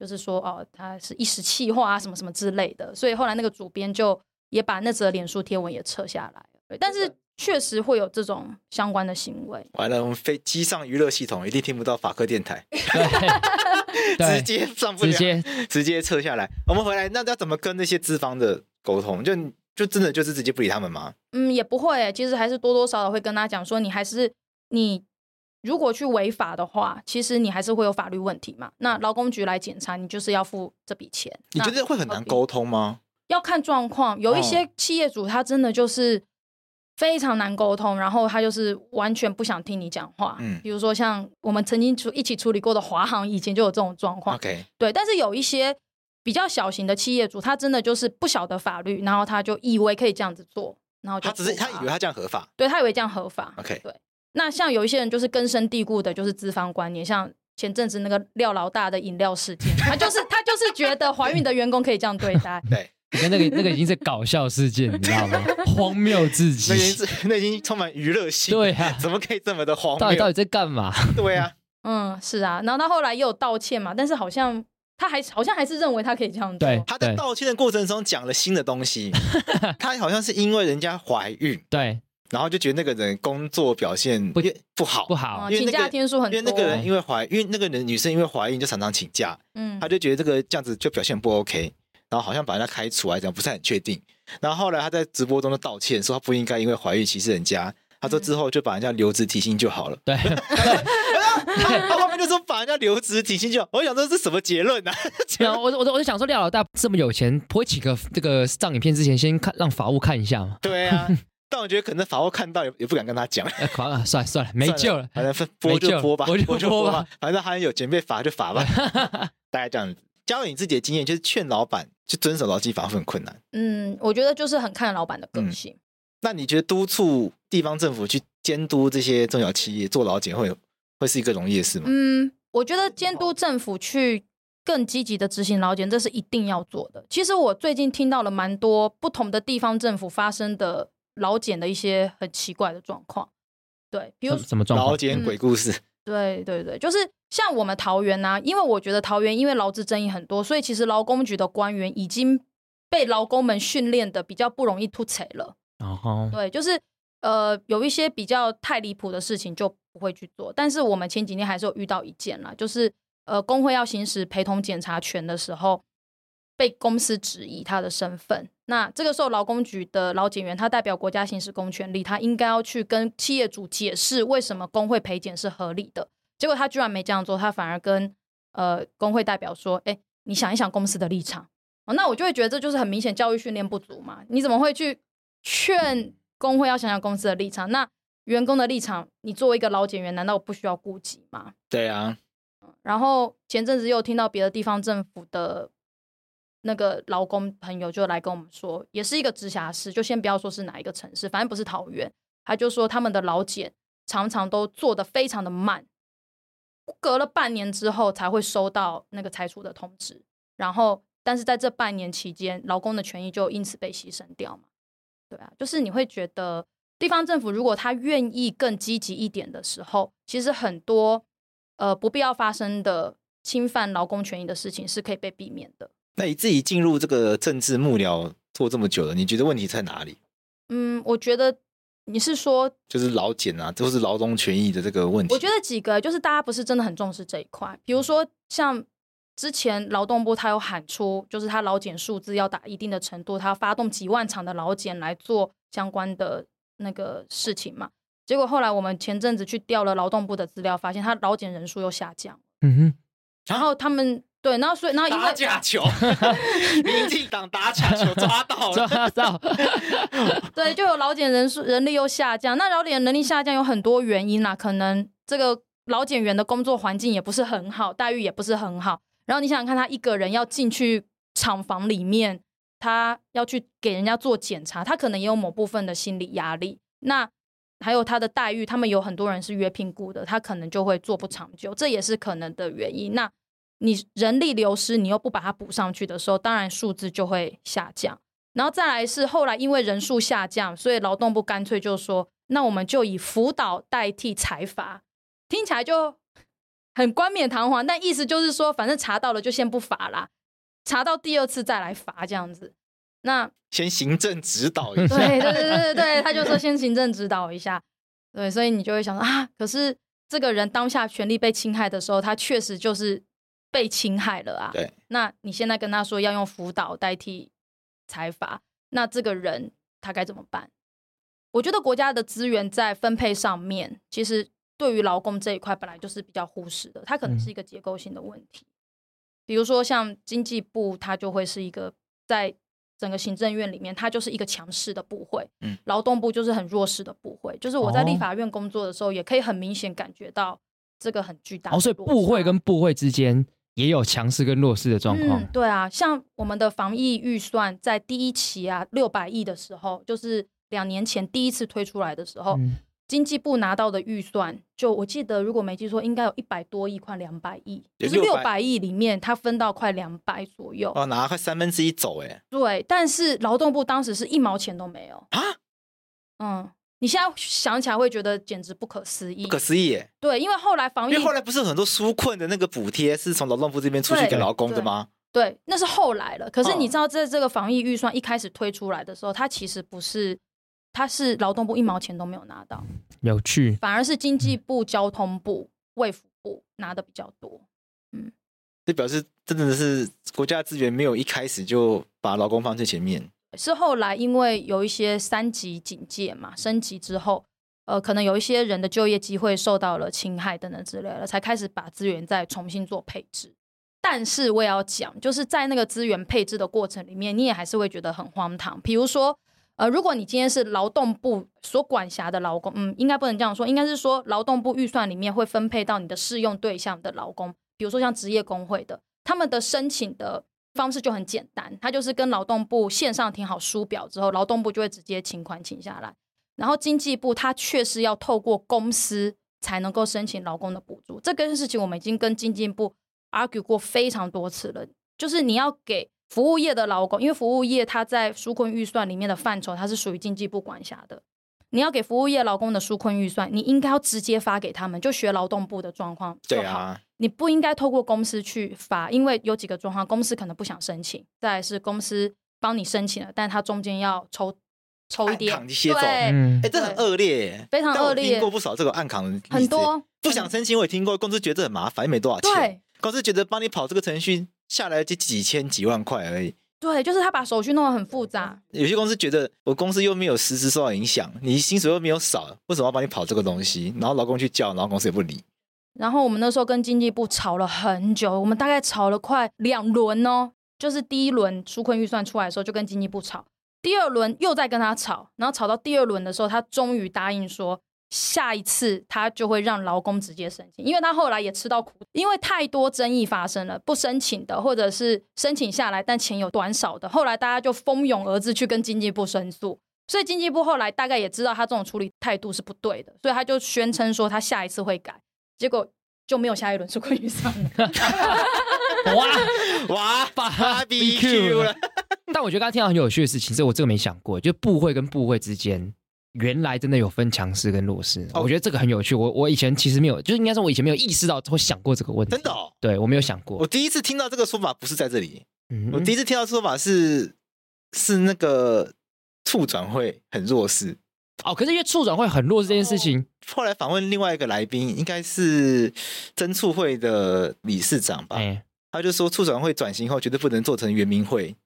就是说哦，他是一时气话啊，什么什么之类的，所以后来那个主编就也把那则脸书贴文也撤下来，对但是确实会有这种相关的行为，完了，我们飞机上娱乐系统一定听不到法科电台， 直对，接上不了，直接直接撤下来。我们回来，那要怎么跟那些资方的沟通？就就真的就是直接不理他们吗？嗯，也不会欸、其实还是多多少少会跟他讲说，你还是你如果去违法的话，其实你还是会有法律问题嘛。那劳工局来检查，你就是要付这笔钱。你觉那得会很难何必沟通吗？要看状况，有一哦些企业主他真的就是非常难沟通，然后他就是完全不想听你讲话。嗯比如说像我们曾经处一起处理过的华航，以前就有这种状况。 OK，对，但是有一些比较小型的企业主，他真的就是不晓得法律，然后他就以为可以这样子做，然后就他只是处罚他以为他这样合法。对他以为这样合法。 OK 对。那像有一些人就是根深蒂固的，就是资方观念，像前阵子那个廖老大的饮料事件，他就是他就是觉得怀孕的员工可以这样对待，嗯 对，你看那个那个已经是搞笑事件，你知道吗？荒谬至极那已。经是 那已经充满娱乐性，对 啊怎么可以这么的荒到底到谬底？在干嘛？ 对啊，嗯，是啊，然后他后来也有道歉嘛，但是好像他还好像还是认为他可以这样做，对他在道歉的过程中讲了新的东西， 他好像是因为人家怀孕，对，然后就觉得那个人工作表现不越不好，不嗯好，因为请那个假天数很因多，为那个人因为怀，因为那个人女生因为怀孕就常常请假，嗯他就觉得这个这样子就表现不 OK，然后好像把人家开除还是怎样，不是很确定。然后后来他在直播中就道歉，说他不应该因为怀孕歧视人家。他嗯说之后就把人家留职提薪就好了。对他 他后面就说把人家留职提薪就好，我想说这是什么结论 啊？然后我我就我就想说，廖老大这么有钱，不会请个这个上影片之前先看让法务看一下吗？对啊，但我觉得可能法务看到也也不敢跟他讲。呃，垮了，算了算了，没救了。反正分播没就救播吧，播就播播吧吧，反正他有钱被罚就罚 吧，大概这样子。加入你自己的经验，就是劝老板去遵守劳基法会很困难。嗯，我觉得就是很看老板的个嗯性。那你觉得督促地方政府去监督这些中小企业做劳检会会是一个容易的事吗？嗯，我觉得监督政府去更积极的执行劳检，这是一定要做的。其实我最近听到了蛮多不同的地方政府发生的劳检的一些很奇怪的状况，对，比如什么什么状劳况？嗯检鬼故事，对对对，就是像我们桃园呐、啊因为我觉得桃园因为劳资争议很多，所以其实劳工局的官员已经被劳工们训练的比较不容易吐槽了。哦，对，就是呃有一些比较太离谱的事情就不会去做，但是我们前几天还是有遇到一件啦，就是呃工会要行使陪同检查权的时候，被公司质疑他的身份。那这个时候，劳工局的劳检员他代表国家行使公权力，他应该要去跟企业主解释为什么工会陪检是合理的。结果他居然没这样做，他反而跟呃工会代表说：“哎，你想一想公司的立场。”哦，那我就会觉得这就是很明显教育训练不足嘛。你怎么会去劝工会要想想公司的立场？那员工的立场，你作为一个劳检员，难道我不需要顾及吗？对啊，然后前阵子又听到别的地方政府的那个劳工朋友就来跟我们说，也是一个直辖市，就先不要说是哪一个城市，反正不是桃园。他就说他们的劳检常常都做的非常的慢，隔了半年之后才会收到那个裁处的通知，然后但是在这半年期间，劳工的权益就因此被牺牲掉嘛。对啊，就是你会觉得地方政府如果他愿意更积极一点的时候，其实很多呃不必要发生的侵犯劳工权益的事情是可以被避免的。那你自己进入这个政治幕僚做这么久了，你觉得问题在哪里？嗯，我觉得你是说就是劳检啊，都是劳动权益的这个问题。我觉得几个就是大家不是真的很重视这一块，比如说像之前劳动部他有喊出，就是他劳检数字要达一定的程度，他要发动几万场的劳检来做相关的那个事情嘛。结果后来我们前阵子去调了劳动部的资料，发现他劳检人数又下降，嗯哼，然后他们对，然后所以然后因为打假 球，民进党打假 球抓到了，抓到， 对，就有劳检人数人力又下降。那劳检人力下降有很多原因啦，可能这个劳检员的工作环境也不是很好，待遇也不是很好。然后你想想看，他一个人要进去厂房里面，他要去给人家做检查，他可能也有某部分的心理压力。那还有他的待遇，他们有很多人是约聘雇的，他可能就会做不长久，这也是可能的原因。那你人力流失，你又不把它补上去的时候，当然数字就会下降。然后再来是后来因为人数下降，所以劳动部干脆就说，那我们就以辅导代替裁罚，听起来就很冠冕堂皇，但意思就是说，反正查到了就先不罚啦，查到第二次再来罚这样子。那先行政指导 一下。对对对对对，他就说先行政指导一下，对，所以你就会想说啊，可是这个人当下权利被侵害的时候，他确实就是被侵害了啊。对，那你现在跟他说要用辅导代替财阀，那这个人他该怎么办？我觉得国家的资源在分配上面，其实对于劳工这一块本来就是比较忽视的，它可能嗯是一个结构性的问题。比如说像经济部，它就会是一个在整个行政院里面，它就是一个强势的部会，嗯，劳动部就是很弱势的部会。就是我在哦立法院工作的时候，也可以很明显感觉到这个很巨大的哦，所以落部会差跟部会之间也有强势跟弱势的状况嗯，，对啊，像我们的防疫预算在第一期啊六百亿的时候，就是两年前第一次推出来的时候，嗯经济部拿到的预算，就我记得如果没记错，应该有一百多亿，快两百亿，有就是六600百亿里面，它分到快两百左右。哦，拿快三分之一走、欸，哎，对，但是劳动部当时是一毛钱都没有啊。嗯，你现在想起来会觉得简直不可思议。不可思议、欸，对，因为后来防因疫为后来不是有很多纾困的那个补贴是从劳动部这边出去对给劳工的吗？对，那是后来了。可是嗯你知道，在这个防疫预算一开始推出来的时候，它其实不是，它是劳动部一毛钱都没有拿到，有趣，反而是经济部、交通部、卫福部拿的比较多。这表示真的是国家资源没有一开始就把劳工放最前面。是后来因为有一些三级警戒嘛，升级之后，呃，可能有一些人的就业机会受到了侵害等等之类的，才开始把资源再重新做配置。但是我也要讲，就是在那个资源配置的过程里面，你也还是会觉得很荒唐。比如说，呃，如果你今天是劳动部所管辖的劳工，嗯，应该不能这样说，应该是说劳动部预算里面会分配到你的适用对象的劳工，比如说像职业工会的，他们的申请的方式就很简单，他就是跟劳动部线上填好书表之后，劳动部就会直接请款请下来。然后经济部它确实要透过公司才能够申请劳工的补助，这个事情我们已经跟经济部 argue 过非常多次了。就是你要给服务业的劳工，因为服务业它在纾困预算里面的范畴，它是属于经济部管辖的。你要给服务业劳工的纾困预算，你应该要直接发给他们，就学劳动部的状况就对好啊，你不应该透过公司去发，因为有几个状况，公司可能不想申请，再来是公司帮你申请了，但它中间要抽抽一点按，扛一些走对，嗯哎、这很恶劣、欸，非常但我恶劣听过不少这个暗扛的例子很多不想申请，我也听过，公司觉得这很麻烦，又没多少钱，对公司觉得帮你跑这个程序下来就几千几万块而已。对，就是他把手续弄得很复杂，有些公司觉得我公司又没有实质受到影响，你薪水又没有少，为什么要帮你跑这个东西？然后劳工去叫，然后公司也不理。然后我们那时候跟经济部吵了很久，我们大概吵了快两轮哦。就是第一轮纾困预算出来的时候，就跟经济部吵；第二轮又在跟他吵，然后吵到第二轮的时候，他终于答应说，下一次他就会让劳工直接申请，因为他后来也吃到苦，因为太多争议发生了，不申请的或者是申请下来但钱有短少的，后来大家就蜂拥而至去跟经济部申诉，所以经济部后来大概也知道他这种处理态度是不对的，所以他就宣称说他下一次会改，结果就没有下一轮是困于上 了。哇，哇芭比，BBQ 了，但我觉得刚刚听到很有趣的事情，这我这个没想过，就部会跟部会之间。原来真的有分强势跟弱势，哦我觉得这个很有趣。我我以前其实没有，就是应该说，我以前没有意识到会想过这个问题。真的哦。对我没有想过我。第一次听到这个说法不是在这里，嗯我第一次听到说法是是那个处转会很弱势。哦，可是因为处长会很弱这件事情，后来访问另外一个来宾，应该是真促会的理事长吧，哎，他就说促转会转型后绝对不能做成圆明会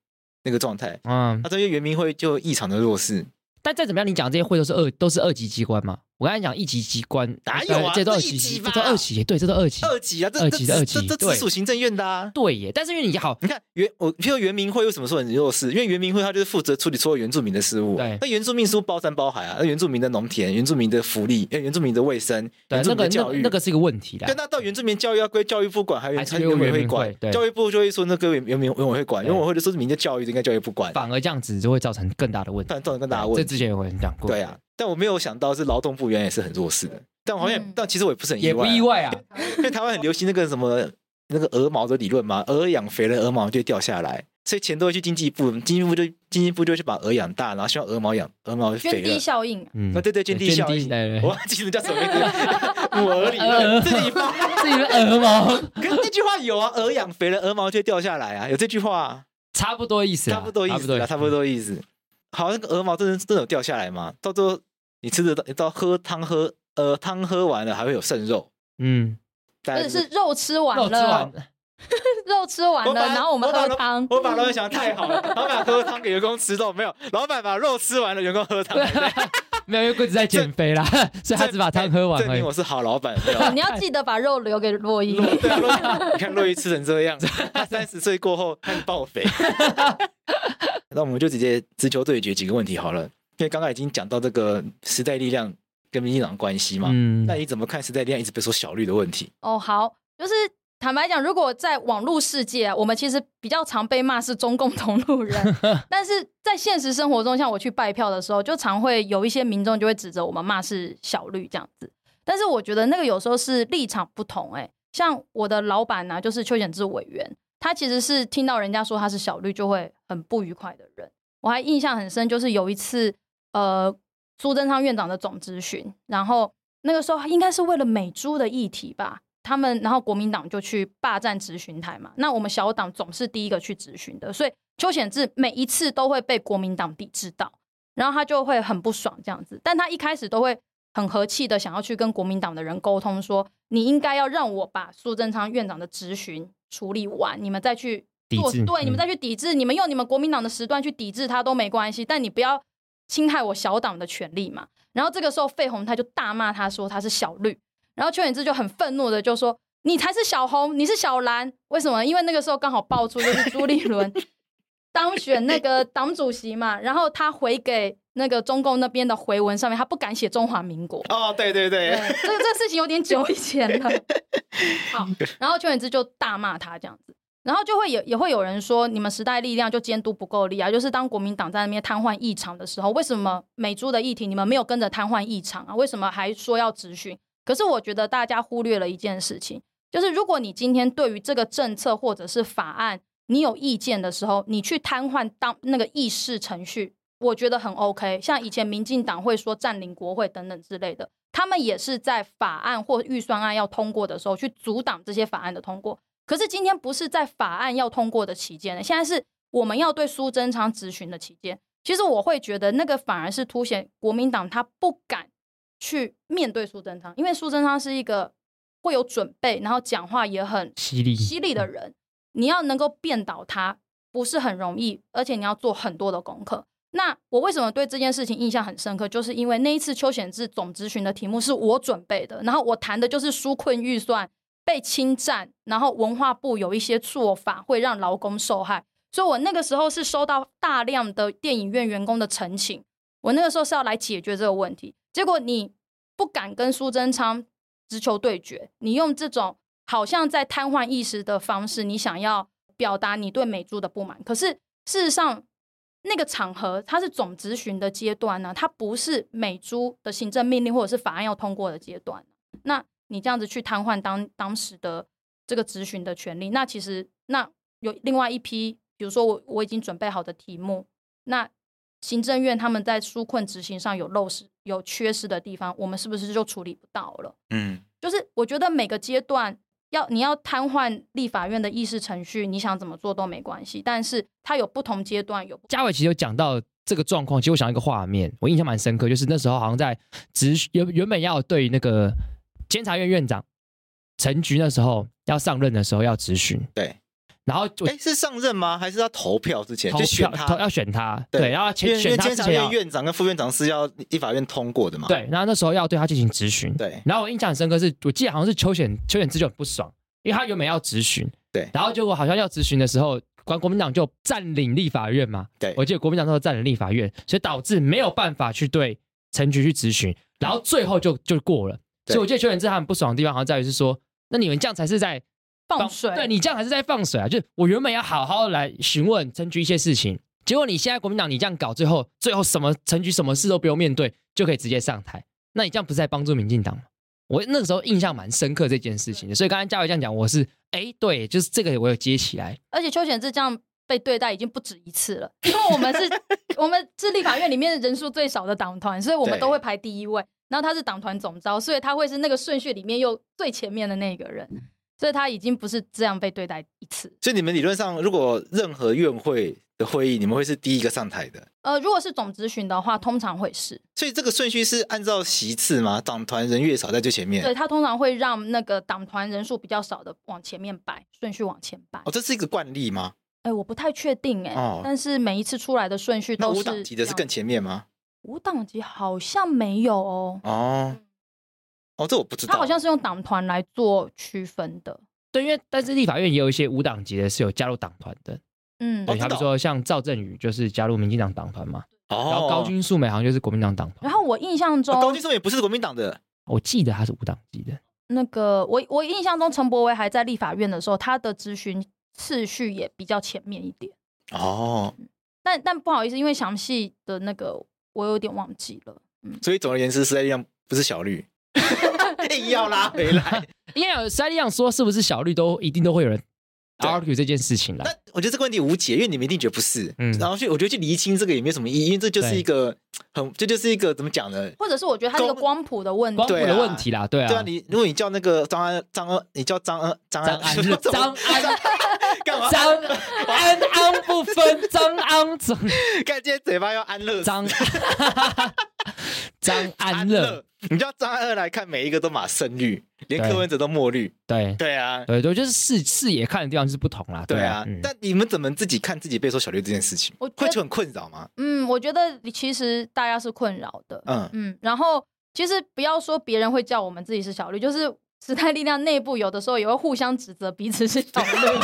那个状态。嗯，他说因为圆明会就异常的弱势，但再怎么样，你讲这些会都是二都是二级机关嘛？我刚才讲一级机关，哪有啊这都这二一级级机，吧这都二级，对，这都二级，二级啊，这二这级的这二级这这对只属行政院的啊。对耶。但是因为你好，你看原我，譬如圆明会为什么说很弱势？因为圆明会他就是负责处理所有原住民的事务啊对，那原住民事务包山包海啊，那原住民的农田、原住民的福利、呃原住民的卫生、对原住民的那个那教个育，那个是一个问题啦对，。那到原住民教育要归教育部管，还有原还是还归有委原会民管会对，教育部就会说那个原原民原委会管，对原委会就说是民间教育的应该教育部管，反而这样子就会造成更大的问题但。造成更大的这问题。之前有人讲过，对啊，，但我没有想到是劳动部原来也是很弱势的，但我好像、嗯但其实我也不是很也不外啊，意外啊。因为台湾很流行那个什么那个鹅毛的理论嘛，鹅养肥了，鹅毛就会掉下来。所以钱都会去经济部，经济部就经济部就去把鹅养大，然后希望鹅毛养鹅毛肥涓了滴。效应啊，嗯啊，对对，涓滴效应，对对我对，忘记那叫什么名 字，母鹅理呃论，自己发。自己的鹅毛可是那句话有啊，鹅养肥了，鹅毛就会掉下来啊，有这句话、啊。差不多意思啦，差不多意思啦，啊差不。多意思。好，那个鹅毛真的真的有掉下来吗？到最后你吃的到到喝汤喝呃汤喝完了还会有剩肉，嗯，大或概者是肉吃完肉吃了完，，肉吃完我把了，然后我们把喝老汤。我把老板想的太好 了，老板喝汤给员工吃肉没有？老板把肉吃完了，员工喝汤，没有，因为棍子在减肥啦，所以他只把汤喝完哎证而已明。我是好老板。对哦吧 你要记得把肉留给洛伊。洛 对啊洛伊你看洛伊吃成这样，他三十岁过后开始爆 肥。那我们就直接直球对决几个问题好了，因为刚刚已经讲到这个时代力量跟民进党的关系嘛，嗯那你怎么看时代力量一直被说小绿的问题？哦，好，就是坦白讲，如果在网络世界、啊，我们其实比较常被骂是中共同路人，但是在现实生活中，像我去拜票的时候，就常会有一些民众就会指责我们骂是小绿这样子。但是我觉得那个有时候是立场不同、欸，像我的老板呢、就是邱显志委员，他其实是听到人家说他是小绿，就会很不愉快的人。我还印象很深，就是有一次，呃，苏贞昌院长的总咨询，然后那个时候应该是为了美猪的议题吧，他们然后国民党就去霸占质询台嘛。那我们小党总是第一个去质询的，所以邱显志每一次都会被国民党抵制到，然后他就会很不爽这样子。但他一开始都会很和气的想要去跟国民党的人沟通说，你应该要让我把苏贞昌院长的质询处理完，你们再去抵做制对，你们嗯再去抵制，你们用你们国民党的时段去抵制他都没关系，但你不要侵害我小党的权利嘛。然后这个时候，费鸿泰就大骂他说他是小绿，然后邱显志就很愤怒的就说：“你才是小红，你是小蓝，为什么？因为那个时候刚好爆出就是朱立伦当选那个党主席嘛，然后他回给那个中共那边的回文上面，他不敢写中华民国。哦，对对对对，这个这个事情有点久以前 了。好，然后邱远之就大骂他这样子，然后就会也也会有人说，你们时代力量就监督不够力啊，就是当国民党在那边瘫痪异常的时候，为什么美猪的议题你们没有跟着瘫痪异常啊？为什么还说要质询？可是我觉得大家忽略了一件事情，就是如果你今天对于这个政策或者是法案你有意见的时候，你去瘫痪当那个议事程序，我觉得很 OK。像以前民进党会说占领国会等等之类的，他们也是在法案或预算案要通过的时候去阻挡这些法案的通过。可是今天不是在法案要通过的期间呢，现在是我们要对苏贞昌质询的期间。其实我会觉得那个反而是凸显国民党他不敢去面对苏贞昌，因为苏贞昌是一个会有准备，然后讲话也很犀利犀利的人，你要能够辩倒他不是很容易，而且你要做很多的功课。那我为什么对这件事情印象很深刻，就是因为那一次邱显志总咨询的题目是我准备的，然后我谈的就是纾困预算被侵占，然后文化部有一些做法会让劳工受害，所以我那个时候是收到大量的电影院员工的陈情，我那个时候是要来解决这个问题，结果你不敢跟苏贞昌直球对决，你用这种好像在瘫痪意识的方式，你想要表达你对美珠的不满，可是事实上。那个场合，它是总咨询的阶段呢、它不是美珠的行政命令或者是法案要通过的阶段。啊那你这样子去瘫痪当当时的这个咨询的权利，那其实那有另外一批，比如说我我已经准备好的题目，那行政院他们在纾困执行上有漏失、有缺失的地方，我们是不是就处理不到了？嗯，就是我觉得每个阶段要你要瘫痪立法院的议事程序，你想怎么做都没关系，但是它有不同阶段有不嘉伟其实有讲到这个状况，其实我想到一个画面，我印象蛮深刻，就是那时候好像在执原原本要对那个监察院院长陈菊那时候要上任的时候要质询，对。然后我哎，是上任吗？还是他投票之前投就选票投他？要选他，对对，然后因前为因为选他监之察前要院院长跟副院长是要立法院通过的嘛？对，然后那时候要对他进行质询，对然后我印象很深刻是，我记得好像是邱显邱显之就很不爽，因为他原本要质询，对然后结果好像要质询的时候，国国民党就占领立法院嘛，对我记得国民党那时候占领立法院，所以导致没有办法去对陈局去质询，然后最后就就过了。对所以我记得邱显之他很不爽的地方，好像在于是说，那你们这样才是在放水。对你这样还是在放水啊！就是我原本要好好来询问陈局一些事情，结果你现在国民党你这样搞，最后最后什么陈局什么事都不用面对，就可以直接上台，那你这样不是在帮助民进党吗？我那个时候印象蛮深刻这件事情的，所以刚才嘉伟这样讲，我是哎，对，就是这个我有接起来，而且邱显志这样被对待已经不止一次了，因为我们是我们是立法院里面人数最少的党团，所以我们对都会排第一位。然后他是党团总召，所以他会是那个顺序里面又最前面的那个人，所以他已经不是这样被对待一次。所以你们理论上，如果任何院会的会议，你们会是第一个上台的。呃，如果是总咨询的话，通常会是所以这个顺序是按照席次吗？党团人越少在最前面。对他通常会让那个党团人数比较少的往前面摆，顺序往前摆。哦，这是一个惯例吗？哎、我不太确定哎、哦但是每一次出来的顺序那都无是党籍的是这样更前面吗？无党籍好像没有哦，哦，哦，这我不知道。他好像是用党团来做区分的。对，因为但是立法院也有一些无党籍的是有加入党团的，嗯，对，真的哦他比如说像赵振宇就是加入民进党党团嘛，哦，然后高君素美好像就是国民党党团，然后我印象哦高中军，松也不是国民党的我记得他是无党籍的，那个我我印象中陈柏维还在立法院的时候，他的咨询次序也比较前面一点。哦。但但不好意思，因为详细的那个我有点忘记了。嗯所以总而言之，时代力量不是小 绿，硬要拉回来。应该有塞利亚说是不是小绿都一定都会有人对 argue 这件事情啦那。我觉得这个问题无解，因为你们一定觉得不是。嗯然后去，我觉得去厘清这个也没有什么意义，因为这就是对一个很，这就是一个怎么讲呢？或者是我觉得他这个高光谱的问题光，谱对的啊问题啦，对啊，对啊，你如果你叫那个张安张安，你叫张安张张安 安怎 张么安干嘛？张安安不分张安张看今天嘴巴要安乐死张 张安乐，，你叫张安乐来看，每一个都马胜率，连对柯文哲都墨绿。对对啊，对对，就是视视野看的地方是不同啦，对啊啊，。嗯但你们怎么自己看自己被说小绿这件事情，我觉会得就很困扰吗？嗯，我觉得其实大家是困扰的。嗯，嗯，然后其实不要说别人会叫我们自己是小绿，就是时代力量内部有的时候也会互相指责彼此是 小绿，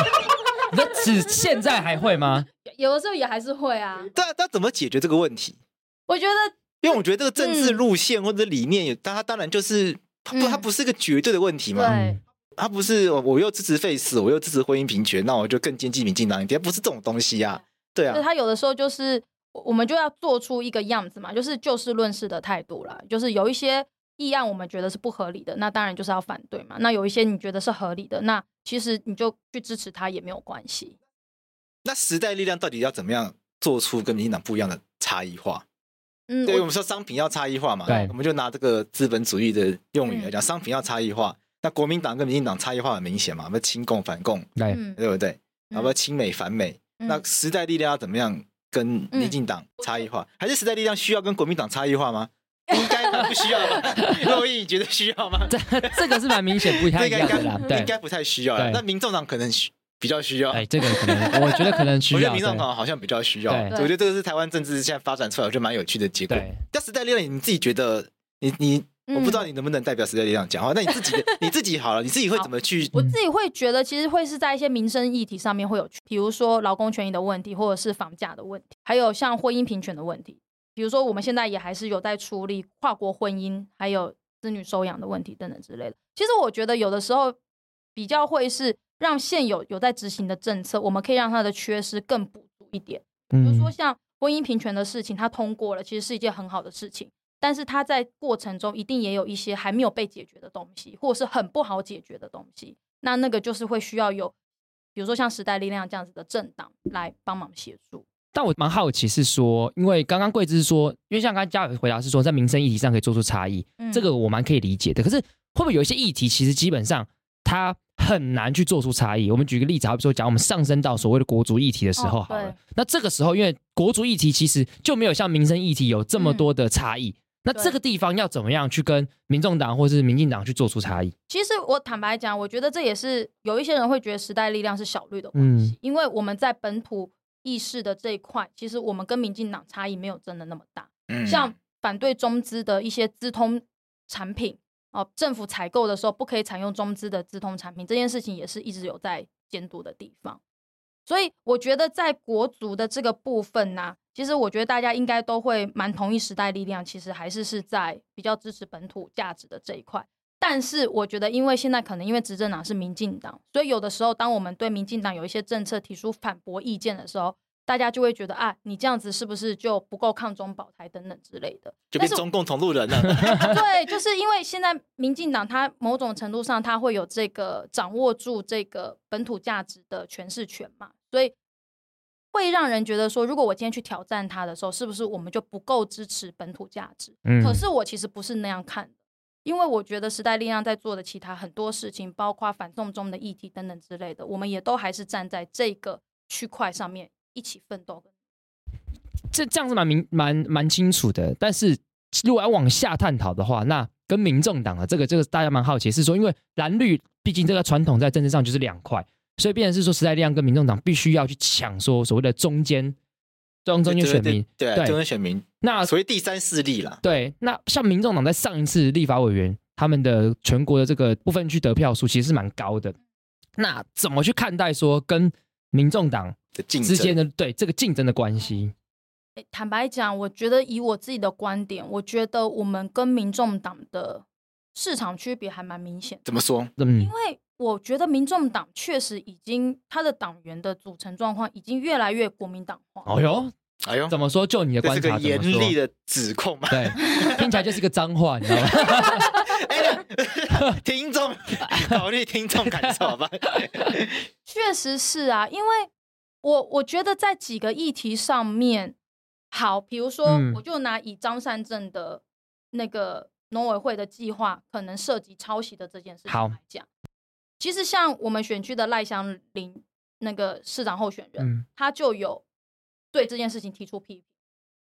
那只现在还会吗？有的时候也还是会啊。但但怎么解决这个问题？我觉得因为我觉得这个政治嗯路线或者理念，有，但它当然就是它不，嗯它不是个绝对的问题嘛。对它不是我我又支持 face，我又支持婚姻平权，那我就更接近民进党一点，不是这种东西啊。对所以啊，嗯他有的时候就是我我们就要做出一个样子嘛，就是就事论事的态度啦。就是有一些议案我们觉得是不合理的，那当然就是要反对嘛。那有一些你觉得是合理的，那其实你就去支持他也没有关系。那时代力量到底要怎么样做出跟民进党不一样的差异化？嗯，对，我我们说商品要差异化嘛，对我们就拿这个资本主义的用语来嗯讲，商品要差异化。那国民党跟民进党差异化很明显嘛，我们亲共反共，对，嗯对不对？然后亲美反美，嗯那时代力量要怎么样跟民进党差异嗯化？还是时代力量需要跟国民党差异化吗？应该不需要 吧？洛毅，你觉得需要吗？这这个是蛮明显不太这一个样的啦 应，该应对该，不太需要了。对那民众党可能需比较需要，哎，这个可能我觉得可能需啊我觉要，得民众对党好像比较需要。对我觉得这个是台湾政治现在发展出来，我觉得蛮有趣的结果。对。但时代力量，你自己觉得你你，嗯我不知道你能不能代表时代力量讲话。那你自己 的你自己好了，你自己会怎么去？我自己会觉得，其实会是在一些民生议题上面会有，比如说劳工权益的问题，或者是房价的问题，还有像婚姻平权的问题。比如说，我们现在也还是有在处理跨国婚姻，还有子女收养的问题等等之类的。其实我觉得有的时候比较会是让现有有在执行的政策，我们可以让它的缺失更补足一点。比嗯如说像婚姻平权的事情，它通过了，其实是一件很好的事情，但是它在过程中一定也有一些还没有被解决的东西，或者是很不好解决的东西。那那个就是会需要有，比如说像时代力量这样子的政党来帮忙协助。但我蛮好奇是说，因为刚刚桂枝说，因为像刚刚嘉伟回答是说，在民生议题上可以做出差异，嗯这个我蛮可以理解的。可是会不会有一些议题，其实基本上它很难去做出差异？我们举个例子，好比说，讲我们上升到所谓的国族议题的时候，哦好了，对那这个时候因为国族议题其实就没有像民生议题有这么多的差异，那嗯对这个地方要怎么样去跟民众党或是民进党去做出差异？其实我坦白讲，我觉得这也是有一些人会觉得时代力量是小绿的嗯关系，因为我们在本土意识的这一块，其实我们跟民进党差异没有真的那么大。嗯像反对中资的一些资通产品哦、政府采购的时候不可以采用中资的资通产品，这件事情也是一直有在监督的地方。所以我觉得在国足的这个部分呢、其实我觉得大家应该都会蛮同意时代力量，其实还是是在比较支持本土价值的这一块。但是我觉得，因为现在可能因为执政党是民进党，所以有的时候当我们对民进党有一些政策提出反驳意见的时候，大家就会觉得啊，你这样子是不是就不够抗中保台等等之类的。就但变是中共同路人了。对，就是因为现在民进党它某种程度上它会有这个掌握住这个本土价值的诠释权嘛，所以会让人觉得说，如果我今天去挑战它的时候，是不是我们就不够支持本土价值？嗯可是我其实不是那样看的，因为我觉得时代力量在做的其他很多事情，包括反送中的议题等等之类的，我们也都还是站在这个区块上面一起奋斗。这这样是蛮明蛮蛮清楚的。但是如果要往下探讨的话，那跟民众党啊，这个这个大家蛮好奇，是说因为蓝绿毕竟这个传统在政治上就是两块，所以变成是说时代力量跟民众党必须要去抢说所谓的中间 中中间 选民。对啊对啊中间选民，那所谓第三势力啦。对，那像民众党在上一次立法委员他们的全国的这个部分区得票数其实是蛮高的，那怎么去看待说跟民众党的竞之间争，的对这个竞争的关系？诶坦白讲，我觉得以我自己的观点，我觉得我们跟民众党的市场区别还蛮明显的，怎么说？嗯因，为我觉得民众党确实已经他的党员的组成状况已经越来越国民党化。哦哟，哎呦，怎么说？就你的这是观察，个怎么严说厉的指控 嘛？ 对，听起来就是一个脏话，你知道吗？哎 听 众考虑听众感受 吧。确实是啊，因为我我觉得在几个议题上面，好，比如说嗯，我就拿以张善政的那个农委会的计划可能涉及抄袭的这件事情好来讲，其实像我们选区的赖香林那个市长候选人，嗯，他就有对这件事情提出批评。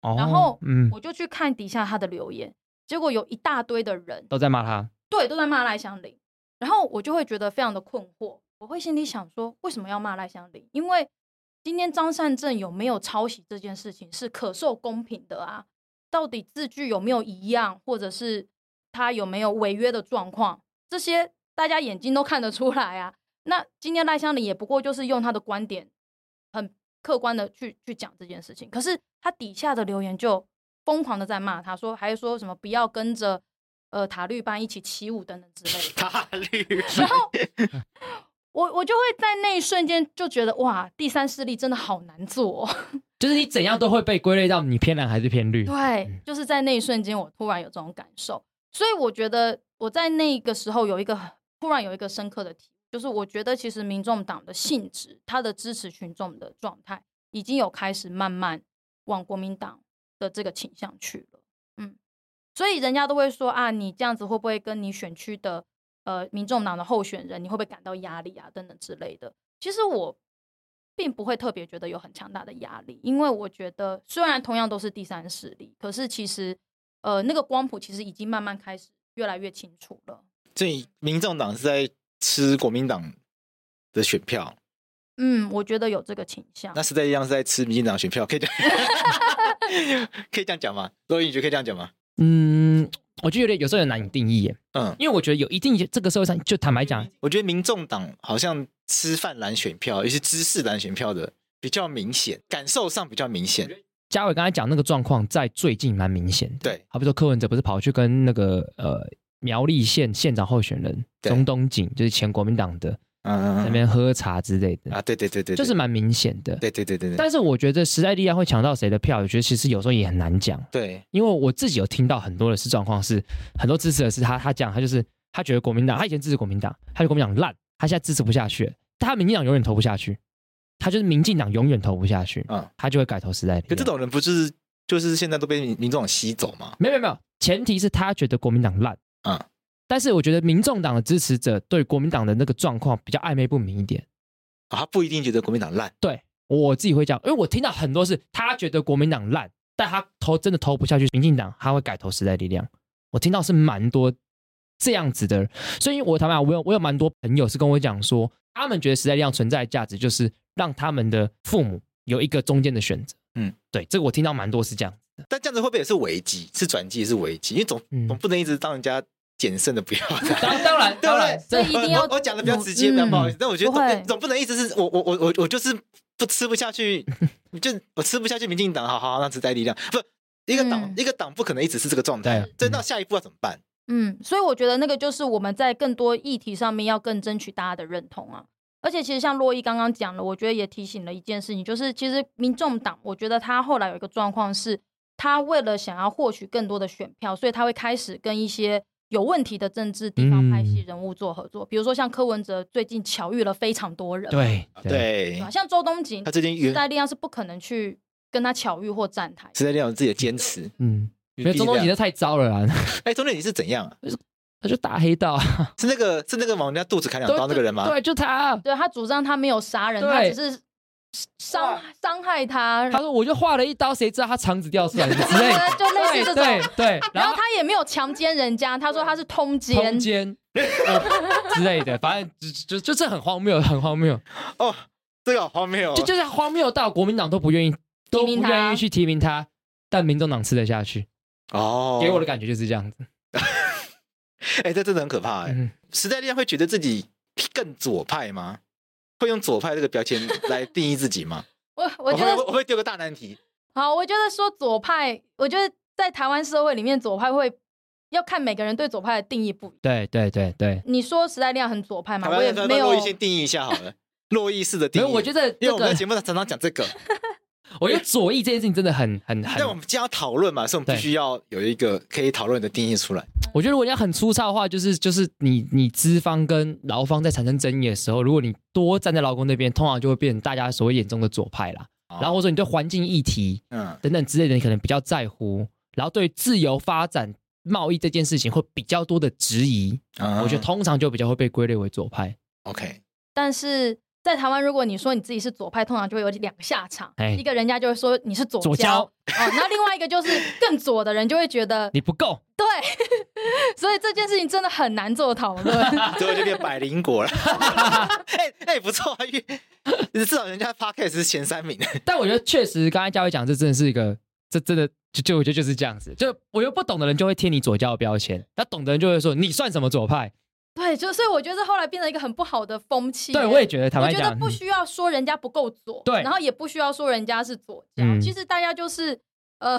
哦然后嗯，我就去看底下他的留言，结果有一大堆的人都在骂他，对都在骂赖香林，然后我就会觉得非常的困惑，我会心里想说，为什么要骂赖香林？因为今天张善政有没有抄袭这件事情是可受公平的啊，到底字句有没有一样，或者是他有没有违约的状况，这些大家眼睛都看得出来啊。那今天赖香林也不过就是用他的观点，很客观的去去讲这件事情，可是他底下的留言就疯狂的在骂他说，还说什么不要跟着呃塔绿班一起起舞等等之类的。法律，然后我我就会在那一瞬间就觉得哇，第三势力真的好难做、哦。就是你怎样都会被归类到你偏蓝还是偏绿。对，就是在那一瞬间，我突然有这种感受，所以我觉得我在那个时候有一个突然有一个深刻的体悟，就是我觉得其实民众党的性质，它的支持群众的状态，已经有开始慢慢往国民党的这个倾向去了。嗯，所以人家都会说啊，你这样子会不会跟你选区的呃民众党的候选人，你会不会感到压力啊等等之类的？其实我并不会特别觉得有很强大的压力，因为我觉得虽然同样都是第三势力，可是其实呃那个光谱其实已经慢慢开始越来越清楚了。所以民众党是在吃国民党的选票，嗯，我觉得有这个倾向那。时代力量是在吃民进党的选票，可以这样， 可以这样讲吗？罗宇，你觉得可以这样讲吗？嗯，我就有点有时候很难以定义耶，嗯，因为我觉得有一定这个社会上，就坦白讲，我觉得民众党好像吃饭蓝选票，也是知识蓝选票的比较明显，感受上比较明显。嘉伟刚才讲那个状况在最近蛮明显的。对，好比说柯文哲不是跑去跟那个呃苗栗县县长候选人对中东锦，就是前国民党的嗯那嗯边喝茶之类的，啊，对对对对，对就是蛮明显的。对对对对对，但是我觉得时代力量会抢到谁的票，我觉得其实有时候也很难讲，对因为我自己有听到很多的是状况是，很多支持的是他，他讲他就是他觉得国民党，他以前支持国民党，他觉得国民党烂，他现在支持不下去了，但他民进党永远投不下去，他就是民进党永远投不下去，嗯他就会改投时代力量。可这种人不是就是现在都被民民众吸走吗？没有没有没有，前提是他觉得国民党烂。嗯但是我觉得民众党的支持者对国民党的那个状况比较暧昧不明一点。啊，他不一定觉得国民党烂，对我自己会这样，因为我听到很多是他觉得国民党烂，但他投真的投不下去民进党，他会改投时代力量。我听到是蛮多这样子的人，所以我坦白讲，我有我有蛮多朋友是跟我讲说，他们觉得时代力量存在的价值就是让他们的父母有一个中间的选择。嗯，对，这个我听到蛮多是这样。但这样子会不会也是危机？是转机也是危机？因为总嗯总不能一直当人家捡剩的不要的。 当当然，当然，所以一定要嗯我我讲的比较直接，比较不好意思。但我觉得不会总总不能一直是我我我我我就是不吃不下 去，就我吃不下去民进党，好好好那时代力量不一个党嗯一个党不可能一直是这个状态对。这嗯到下一步要怎么办？嗯，所以我觉得那个就是我们在更多议题上面要更争取大家的认同啊。而且其实像洛伊刚刚讲了，我觉得也提醒了一件事情，就是其实民众党，我觉得他后来有一个状况是，他为了想要获取更多的选票，所以他会开始跟一些有问题的政治地方派嗯系人物做合作，比如说像柯文哲最近巧遇了非常多人，对啊对吧，像周东锦他，最近时原代力量是不可能去跟他巧遇或站台的。时代力量有自己的坚持。嗯，没有中东你锦的太糟了啦， 哎，中东你是怎样啊？他就大黑道啊，是那个是那个往人家肚子砍两刀那个人吗？对，就他。对他主张他没有杀人，对他只是伤伤害他，他说我就划了一刀，谁知道他肠子掉出来之类的，就类似这种对对，对然后他也没有强奸人家，他说他是通奸通。奸呃之类的，反正就就就是很荒谬，很荒谬，哦，这个好荒谬哦。就就是荒谬到国民党都不愿意，都不提名他愿意去提名他，但民众党吃得下去，哦，给我的感觉就是这样子。哎，这真的很可怕哎。嗯，时代力量会觉得自己更左派吗？会用左派这个标 签来定义自己吗？我我我觉会得哦我会丢个大难题。好，我觉得说左派，我觉得在台湾社会里面，左派会要看每个人对左派的定义不一样。对对对对，你说时代力量很左哎派嘛？台我也湾没有洛。伊先定义一下好 了，洛伊式的没定义。有，我觉得因为这我们在个，节目上常常讲这个，我觉得左翼这件事情真的很很很但我们今天要讨论嘛，所以我们必须要有一个可以讨论的定义出来。我觉得如果你要很粗糙的话，就是就是你你资方跟劳方在产生争议的时候，如果你多站在劳工那边，通常就会变成大家所谓眼中的左派啦。然后或者说你对环境议题嗯，等等之类的，你可能比较在乎，然后对自由发展贸易这件事情会比较多的质疑，嗯我觉得通常就比较会被归类为左派。 OK， 但是在台湾，如果你说你自己是左派，通常就会有两个下场哎，一个人家就会说你是左左交交 哦，那另外一个就是更左的人就会觉得， 你不够，所以这件事情真的很难做讨论。 最后就变百灵 果了。哎哎，不错啊，因为至少人家 podcast 是前三名。但我觉得确实刚才嘉伟讲，这真的是一个，这真的就就我觉得就是这样子，就我觉得不懂的人就会贴你左交的标签，那懂的人就会说你算什么左派？对，就所以我觉得这后来变成一个很不好的风气。对，我也觉得台我湾觉讲得不需要说人家不够左，对然后也不需要说人家是左交。嗯其实大家就是呃，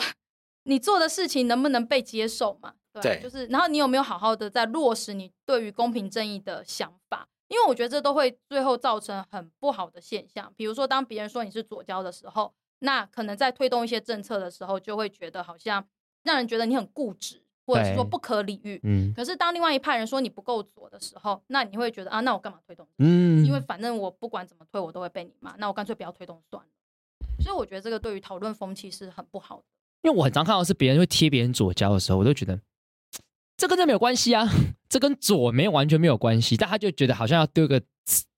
你做的事情能不能被接受嘛？对就是然后你有没有好好的在落实你对于公平正义的想法？因为我觉得这都会最后造成很不好的现象，比如说当别人说你是左交的时候，那可能在推动一些政策的时候，就会觉得好像让人觉得你很固执，或者是说对不可理喻。嗯可是当另外一派人说你不够左的时候，那你会觉得啊，那我干嘛推动这个？嗯，因为反正我不管怎么推，我都会被你骂，那我干脆不要推动算了。所以我觉得这个对于讨论风气是很不好的。因为我很常看到是别人会贴别人左交的时候，我都觉得嘖这跟这没有关系啊，这跟左没有完全没有关系，但他就觉得好像要丢个嘖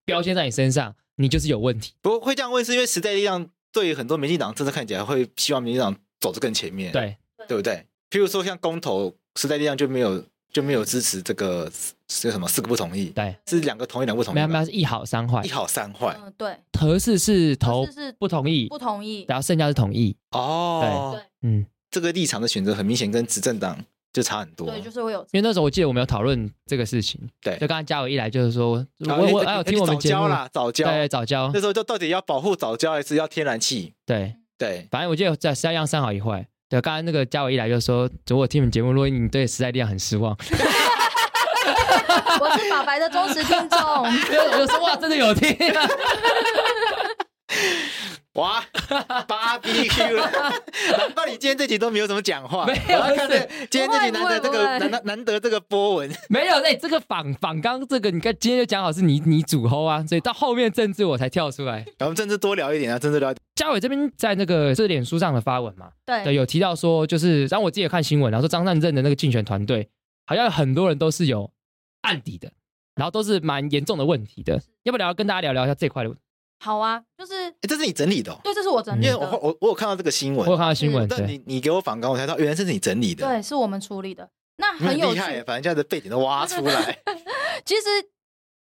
标签在你身上，你就是有问题。不过会这样问，是因为时代力量对很多民进党政策看起来会希望民进党走得更前面，对，对不对？譬如说像公投，时代力量就没有就没有支持这个这个什么四个不同意，对，是两个同意两个不同意没吧，有没有，是一好三坏一，好三坏哎嗯，对，合适是投可是是不同意，不同意。然后剩下是同意。哦对对。嗯，这个立场的选择很明显跟执政党就差很多。对，就是会有因为那时候我记得我们有讨论这个事情，对就刚刚嘉伟一来就是说，啊我我哎还有哎听我们早节目教，啦，早教。对早教那，时候就到底要保护早教还是要天然气？对， 对，反正我记得在时代量三好一坏。对，刚刚那个嘉伟一来就说，如果听你们节目，如果你对时代力量很失望，我是法白的忠实听众。 有有说哇，真的有 听、啊，哇 ，BBQ 了！难怪你今天这集都没有怎么讲话。没有我要看这不今天这集难得这不会个不会难难得这个波纹， 没有？那、哎这个仿仿刚这个，你看今天就讲好是你你主吼啊，所以到后面政治我才跳出来。我们政治多聊一点啊，政治聊一点。嘉伟这边在那个这脸书上的发文嘛，对，对，有提到说，就是让我自己也看新闻，然后说张善政的那个竞选团队，好像很多人都是有案底的，然后都是蛮严重的问题的。要不要跟大家聊聊一下这块的？好啊，就是诶这是你整理的、哦，对，这是我嗯整理因为的，我我我有看到这个新我有闻，看到新闻，但对，你你给我反刚，我才知道原来这是你整理的，对，是我们处理的。那 你很有厉害耶，趣，把人家的背景都挖出 来。其实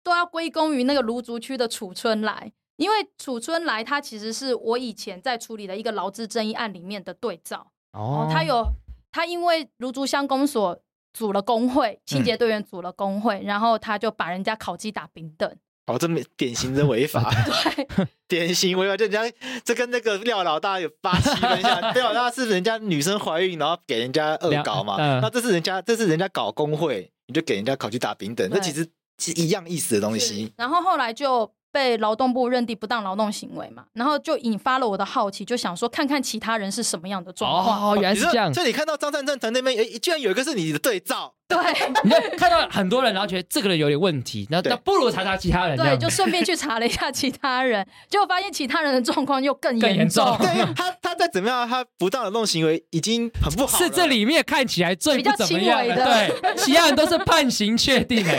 都要归功于那个卢竹区的楚春来，因为楚春来他其实是我以前在处理的一个劳资争议案里面的对照。哦，他有他因为如竹乡公所组了工会，嗯清洁队员组了工会，然后他就把人家烤鸡打平等，哦，这没典型的违法， 对， 典型违法，就人家这跟那个廖老大有八七分 像，廖老大是人家女生怀孕然后给人家恶搞嘛，嗯那这是人家这是人家搞工会，你就给人家考去打平等，那其对实是一样意思的东西。然后后来就被劳动部认定不当劳动行为嘛，然后就引发了我的好奇，就想说看看其他人是什么样的状况。哦，原来你是说这样，所以你看到张善政团队那边，诶，居然有一个是你的对 照，对你就看到很多人，然后觉得这个人有点问题，那对那不如查查其他人，这对，样就顺便去查了一下其他人，结果发现其他人的状况又更更严严重重，对，因为他他再怎么样，他不当劳动行为已经很不好了，是这里面看起来最比不较怎么轻样微的，的对，其他人都是判刑确定 哎，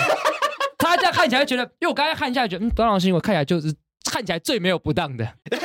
他这样看起来觉得，因为我刚才看一下觉得，嗯，董老师，我看起来就是看起来最没有不当的， 对，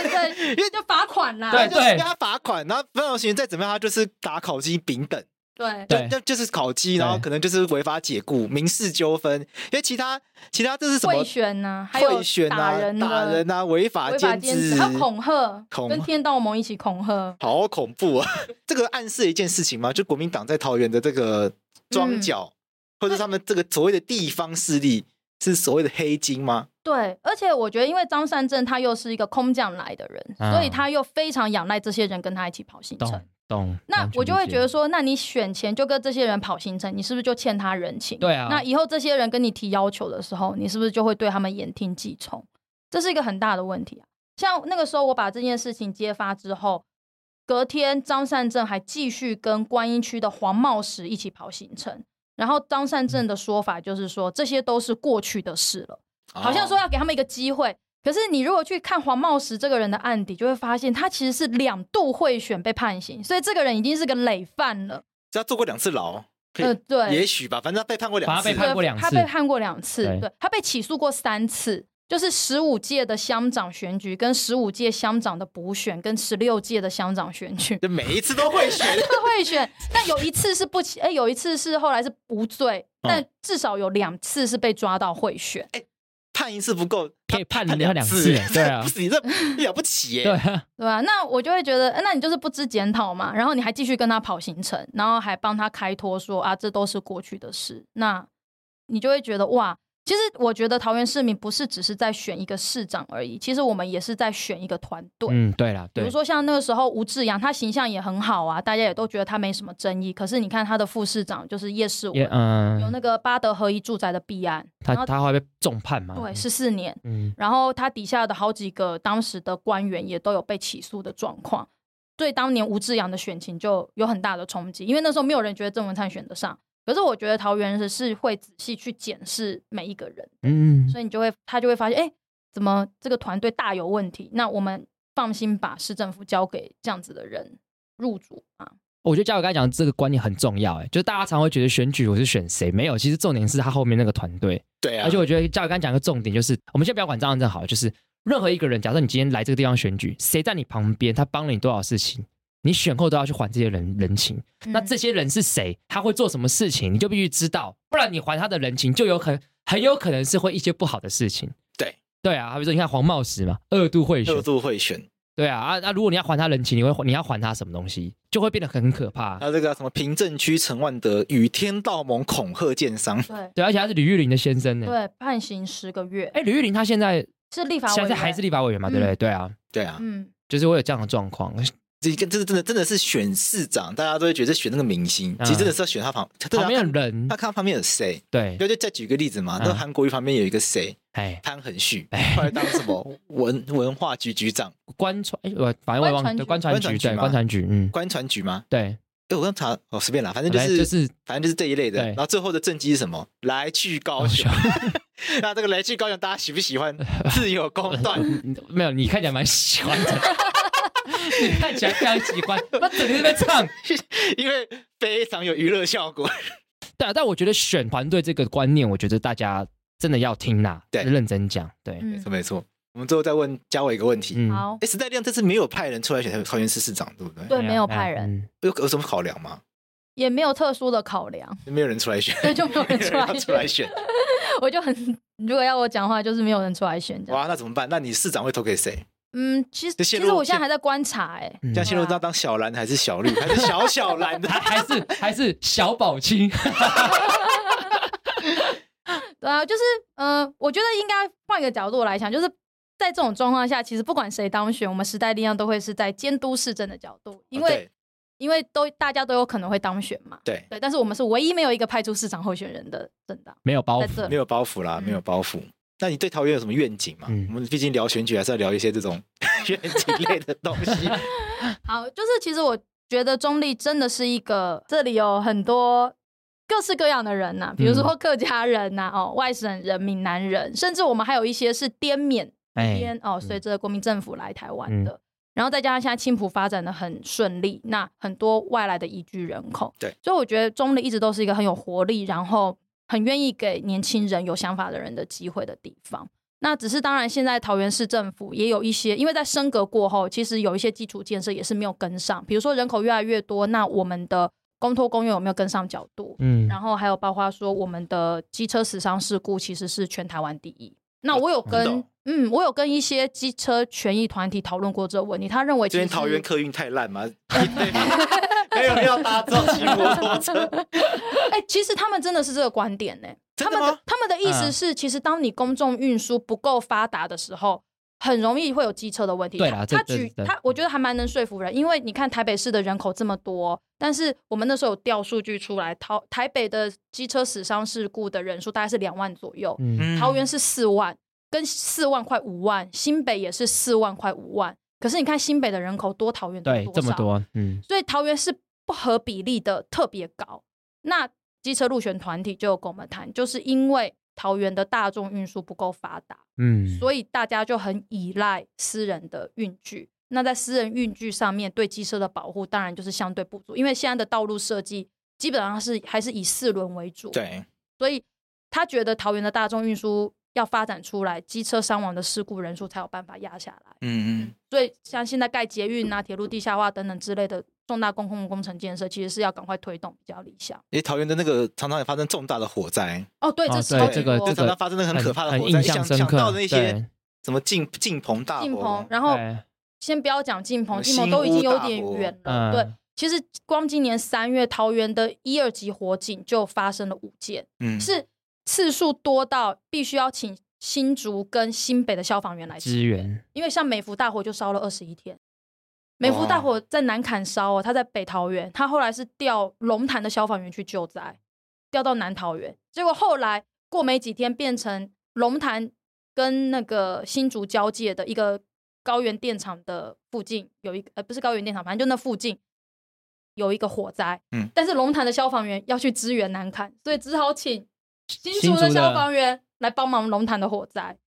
因为就罚款啦，他对就是被他罚款，然后不当劳动行为再怎么样，他就是打考鸡丙等。对对就就就是烤鸡，然后对可能就是违法解雇、民事纠纷，因为其他其他这是什么贿选呐、还有贿选打啊、人打的人啊、违法违法兼兼职，还有恐啊吓，恐跟天道盟一起恐吓，好恐怖啊！这个暗示一件事情吗？就国民党在桃园的这个庄嗯脚，或者是他们这个所谓的地方势力，是所谓的黑金吗？对，而且我觉得，因为张善政他又是一个空降来的人，嗯所以他又非常仰赖这些人跟他一起跑行程懂。懂，那完全我就会理解觉得说，那你选前就跟这些人跑行程，你是不是就欠他人情？对啊，那以后这些人跟你提要求的时候，你是不是就会对他们言听计从？这是一个很大的问题啊。像那个时候我把这件事情揭发之后，隔天张善政还继续跟观音区的黄茂石一起跑行程，然后张善嗯政的说法就是说，这些都是过去的事了。好像说哦要给他们一个机会。可是你如果去看黄茂石这个人的案底，就会发现他其实是两度贿选被判刑，所以这个人已经是个累犯了。只要坐过两次牢，可以呃，对，也许吧，反正他被判过两反次，正被判过两次他被判过两次，对对他被起诉过三次，就是十五届的乡长选举、跟十五届乡长的补选、跟十六届的乡长选 举就每一次都会选。都会选。但有一次是不起，哎，有一次是后来是无罪，嗯但至少有两次是被抓到贿选。判一次不够，可以判他人家两两次耶对啊不 是你这了不起耶！对 啊，对啊，那我就会觉得，呃那你就是不知检讨嘛，然后你还继续跟他跑行程，然后还帮他开脱说啊，这都是过去的事，那你就会觉得哇，其实我觉得桃园市民不是只是在选一个市长而已，其实我们也是在选一个团队。嗯，对啦，比对如，说像那个时候吴志阳，他形象也很好啊，大家也都觉得他没什么争议。可是你看他的副市长就是叶世也文，有嗯，那个巴德合一住宅的弊案，他然后他会被重判嘛？对十四年，嗯，然后他底下的好几个当时的官员也都有被起诉的状况，对当年吴志阳的选情就有很大的冲击，因为那时候没有人觉得郑文灿选得上。可是我觉得桃园人是会仔细去检视每一个人，嗯嗯，所以你就会他就会发现，哎，怎么这个团队大有问题？那我们放心把市政府交给这样子的人入主啊。我觉得嘉伟刚才讲的这个观念很重要，哎，就是大家常会觉得选举我是选谁，没有，其实重点是他后面那个团队，对啊，而且我觉得嘉伟刚才讲一个重点就是，我们先不要管张正好了，就是任何一个人，假设你今天来这个地方选举，谁在你旁边，他帮了你多少事情，你选后都要去还这些人人情。那嗯这些人是谁，他会做什么事情，你就必须知道，不然你还他的人情，就有可能很有可能是会一些不好的事情。对对啊，好比说你看黄茂石嘛，二度贿选二，度会选，对啊啊那、如果你要还他人情，你会你要还他什么东西，就会变得很可怕还。啊有这个什么平镇区陈万德与天道盟恐吓建商，对对，而且他是吕玉玲的先生呢。，对，判刑十个月，哎，吕玉玲她现在是立法委现员，在还是立法委员嘛，对不对？对啊，对啊，嗯，就是会有这样的状况。这个真的真的真的是选市长，大家都会觉得选那个明星，嗯其实真的是要选他旁，他啊旁边他有人他，看他旁边有谁。对就，就再举个例子嘛，那嗯韩国瑜旁边有一个谁，哎，潘恒旭哎，后来当什么文文化局局长，官船，哎，我反正我也忘了，对，官官船船局，局对，嘛官船局，嗯，官船局吗？对，哎，我刚查哦，随便啦，反正就反正是就是反正就是这一类的。对然后最后的政绩是什么？来去高雄。 那这个来去高雄，大家喜不 喜欢？自由公断。嗯没有，你看起来蛮喜欢的， 你看起来非常喜欢，那整天在那边唱。因为非常有娱乐效果。对啊，但我觉得选团队这个观念，我觉得大家真的要听啦，对认真讲，对，嗯，没错，我们最后再问嘉伟一个问题：嗯，好，哎、时代力量这次没有派人出来选桃园市市长，对不对？对，没有派人，嗯，有有什么考量吗？也没有特殊的考量， 没有人出来选，所以就没有 人出没有来人出来选。 选。我就很，如果要我讲话，就是没有人出来选这样。哇，那怎么办？那你市长会投给谁？嗯，其实这其陷入实我现在还在观察，哎，嗯像谢若道当小蓝还是小绿，还是小小蓝的？还还是还是小宝 清，对啊，就是呃，我觉得应该换个角度来想，就是在这种状况下，其实不管谁当选，我们时代力量都会是在监督市政的角度，啊 因为、因为都大家都有可能会当选嘛。对对，但是我们是唯一没有一个派出市长候选人的政党，没有包在袱，这对没有包袱啦，嗯没有包袱。那你对桃园有什么愿景吗？嗯我们毕竟聊选举，还是要聊一些这种 愿景类的东 西。好，就是其实我觉得中立真的是一个，这里有很多各式各样的人呐、比如说客家人呐、哦，外省人、闽南人，甚至我们还有一些是滇缅哎边，哦，随着国民政府来台湾嗯的。然后再加上现在青浦发展的很顺利，那很多外来的移居人口，对，所以我觉得中立一直都是一个很有活力，然后很愿意给年轻人有想法的人的机会的地方。那只是当然，现在桃园市政府也有一些，因为在升格过后，其实有一些基础建设也是没有跟上，比如说人口越来越多，那我们的公托公园有没有跟上角度？嗯，然后还有包括说我们的机车死伤事故其实是全台湾第一。那我有真的跟哦嗯，我有跟一些机车权益团体讨论过这个问题，他认为这其实边桃园客运太烂嘛， 没有人要搭这骑摩托车。哎、其实他们真的是这个观点呢、真他的们吗的他们的意思嗯是，其实当你公众运输不够发达的时候，很容易会有机车的问题。对啦他这他这举这他，我觉嗯得还蛮能说服人，因为你看台北市的人口这么多，但是我们那时候有调数据出来，桃台北的机车死伤事故的人数大概是两万左右，嗯，桃园是四万，跟四万块五万，新北也是四万块五万。可是你看新北的人口多，桃园多对，这么少，多，嗯，所以桃园是不合比例的特别高。那机车入选团体就有跟我们谈，就是因为桃园的大众运输不够发达，嗯，所以大家就很依赖私人的运具。那在私人运具上面，对机车的保护当然就是相对不足，因为现在的道路设计基本上是还是以四轮为主，对，所以他觉得桃园的大众运输要发展出来，机车伤亡的事故人数才有办法压下来。嗯嗯，所以像现在盖捷运啊、铁路地下化等等之类的重大公共工程建设，其实是要赶快推动比较理想。因为桃园的那个常常也发生重大的火灾，哦，对，哦这是对很这个多就这常个常发生那个很可怕的很火印灾，象想深想刻到，那些对什么进进棚大进火棚，，然后对先不要讲进棚，进新棚都已经有点屋大火远嗯了，对。其实光今年三月，桃园的一二级火警就发生了五件，嗯，是次数多到必须要请新竹跟新北的消防员来支援，因为像美孚大火就烧了二十一天，美孚哦大火在南坎烧哦，它在北桃园，它后来是调龙潭的消防员去救灾，调到南桃园，结果后来过没几天变成龙潭跟那个新竹交界的一个高原电厂的附近有一个呃不是高原电厂，反正就那附近。有一个火灾，嗯但是龙潭的消防员要去支援南坎，所以只好请新新竹竹的的消防员来帮忙龙潭的火灾，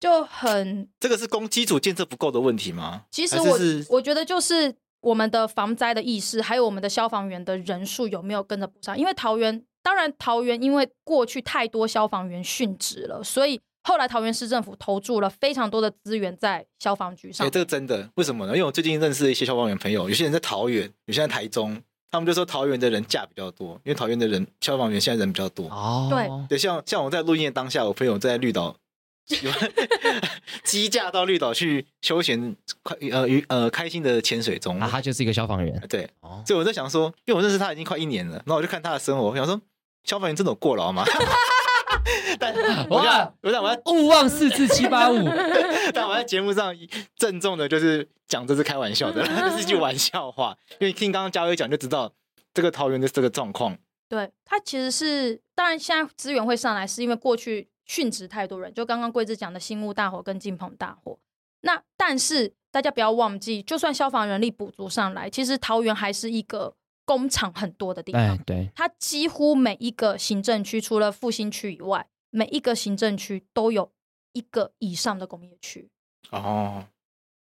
就很这个是公基础建设不够的问题吗？其实还是我是我觉得就是我们的防灾的意识，还有我们的消防员的人数有没有跟着补上？因为桃园，当然桃园因为过去太多消防员殉职了，所以后来桃园市政府投注了非常多的资源在消防局上哎，面。这个真的，为什么呢？因为我最近认识了一些消防员朋友，有些人在桃园，有些人在台中，他们就说桃园的人假比较多，因为桃园的人消防员现在人比较多。哦，对对，像像我在录音的当下，我朋友在绿 岛，有 机驾到绿岛去休闲快呃娱呃开心的潜水中。啊，他就是一个消防员，对，哦，所以我在想说，因为我认识他已经快一年了，然后我就看他的生活，我想说，消防员真的有过 劳吗？但我哇想，我想我要勿忘四四七八五， 但我在节目上郑重的，就是讲这是开玩笑的，嗯 这是一句玩笑话。因为听刚刚嘉威讲就知道，这个桃园的这个状况，对，它其实是当然现在资源会上来，是因为过去殉职太多人，就刚刚桂枝讲的新屋大火跟金鹏大火。那但是大家不要忘记，就算消防人力补足上来，其实桃园还是一个工厂很多的地哎方，，对，它几乎每一个行政区，除了复兴区以外，每一个行政区都有一个以上的工业区。哦，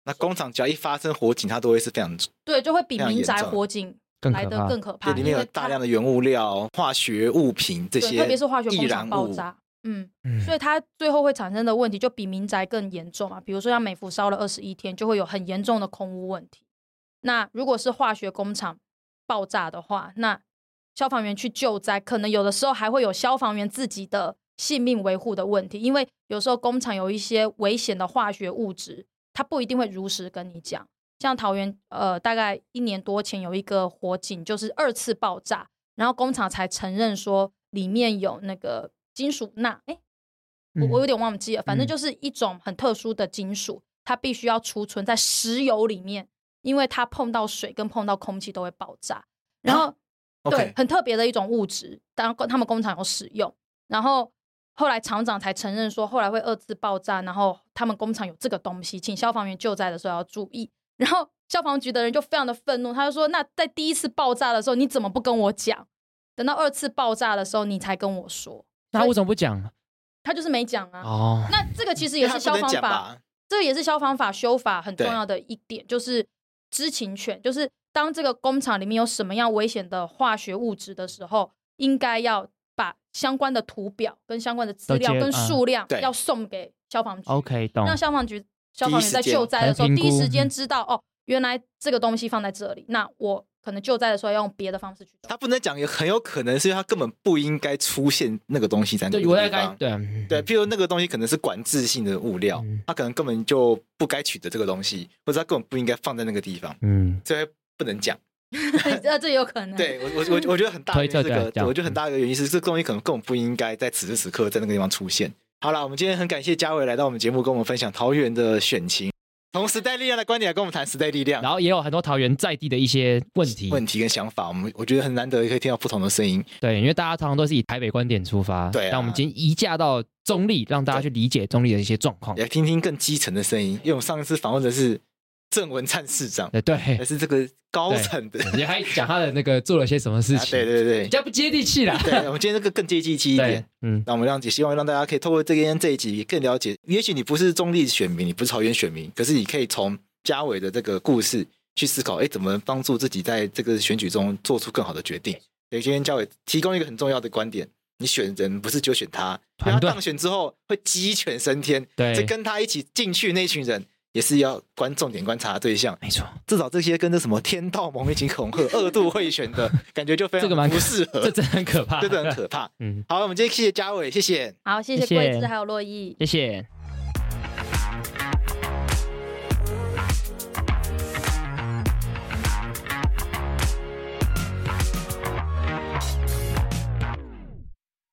那工厂只要一发生火警，它都会是非常对，就会比非常民严宅重火警更来可的怕。更可对，怕，里面因有为大它量的原物料、化学物品这对，些，特别是化学易工燃厂爆物炸，嗯，嗯所以它最后会产生的问题就比民宅更严重嘛。比如说像美孚烧了二十一天，就会有很严重的空污问题。那如果是化学工厂爆炸的话，那消防员去救灾，可能有的时候还会有消防员自己的性命维护的问题，因为有时候工厂有一些危险的化学物质，它不一定会如实跟你讲。像桃园，呃，大概一年多前有一个火警，就是二次爆炸，然后工厂才承认说里面有那个金属钠，哎，我我有点忘记了，反正嗯就是一种很特殊的金属，它必须要储存在石油里面，因为它碰到水跟碰到空气都会爆炸。然后，对啊 OK，，很特别的一种物质，当他们工厂有使用。然后后来厂长才承认说，后来会二次爆炸，然后他们工厂有这个东西，请消防员救灾的时候要注意。然后消防局的人就非常的愤怒，他就说：“那在第一次爆炸的时候，你怎么不跟我讲？等到二次爆炸的时候，你才跟我说。那为什么不讲？”啊他就是没讲啊。哦，那这个其实因也为是它消啊不能防讲法，吧？嗯这个也是消防法修法很重对要的一点，就是知情权，就是当这个工厂里面有什么样危险的化学物质的时候，应该要把相关的图表、跟相关的资都料、接跟嗯数量对要送给消防局 OK，懂。让消防局消防员在救灾的时候才评哦第估一时间知道哦，原来这个东西放在这里，那我可能救灾的时候要用别的方 式去它做。 不能讲，也很有可能是因为它根本不应该出现那个东西在那对，个我在地该方。对对，譬如那个东西可能是管制性的物料嗯，它可能根本就不该取得这个东西，或者它根本不应该放在那个地方，嗯，所以不能讲。呃，这也有可能。对我我我我觉得很大的推测这个对，这样我觉得很大的一个原因是这个东西可能根本不应该在此时此刻在那个地方出现。好了，我们今天很感谢嘉伟来到我们节目，跟我们分享桃园的选情，从时代力量的观点来跟我们谈时代力量然后也有很多桃园在地的一些问题，问题跟想法。我们我觉得很难得可以听到不同的声音。对，因为大家通常都是以台北观点出发，对啊但我们今天移驾到中立，让大家去理解中立的一些状况。也听听更基层的声音，因为我们上次访问的是郑文灿市长，对还呃对，是这个高层的，你还讲他的那个做了些什么事啊情，对对对比，较不接地气啦。对，我们今天这个更接地气一对点。，嗯，那我们让也希望让大家可以透过这边这一集更了解，也许你不是中立选民，你不是桃园选民，可是你可以从嘉伟的这个故事去思考，哎，怎么帮助自己在这个选举中做出更好的决定。所以今天嘉伟提供一个很重要的观点。你选人不是就选他，因为他团队当选之后会鸡犬升天，对这跟他一起进去那群人也是要观重点观察的对象。没错，至少这些跟那什么天道盟一起恐吓、二度贿选的感觉就非常这个蛮不适合，这真的很可怕，真的很可怕。嗯，好，我们今天谢谢嘉伟，谢谢。好，谢谢谢谢桂枝还有洛伊。谢谢。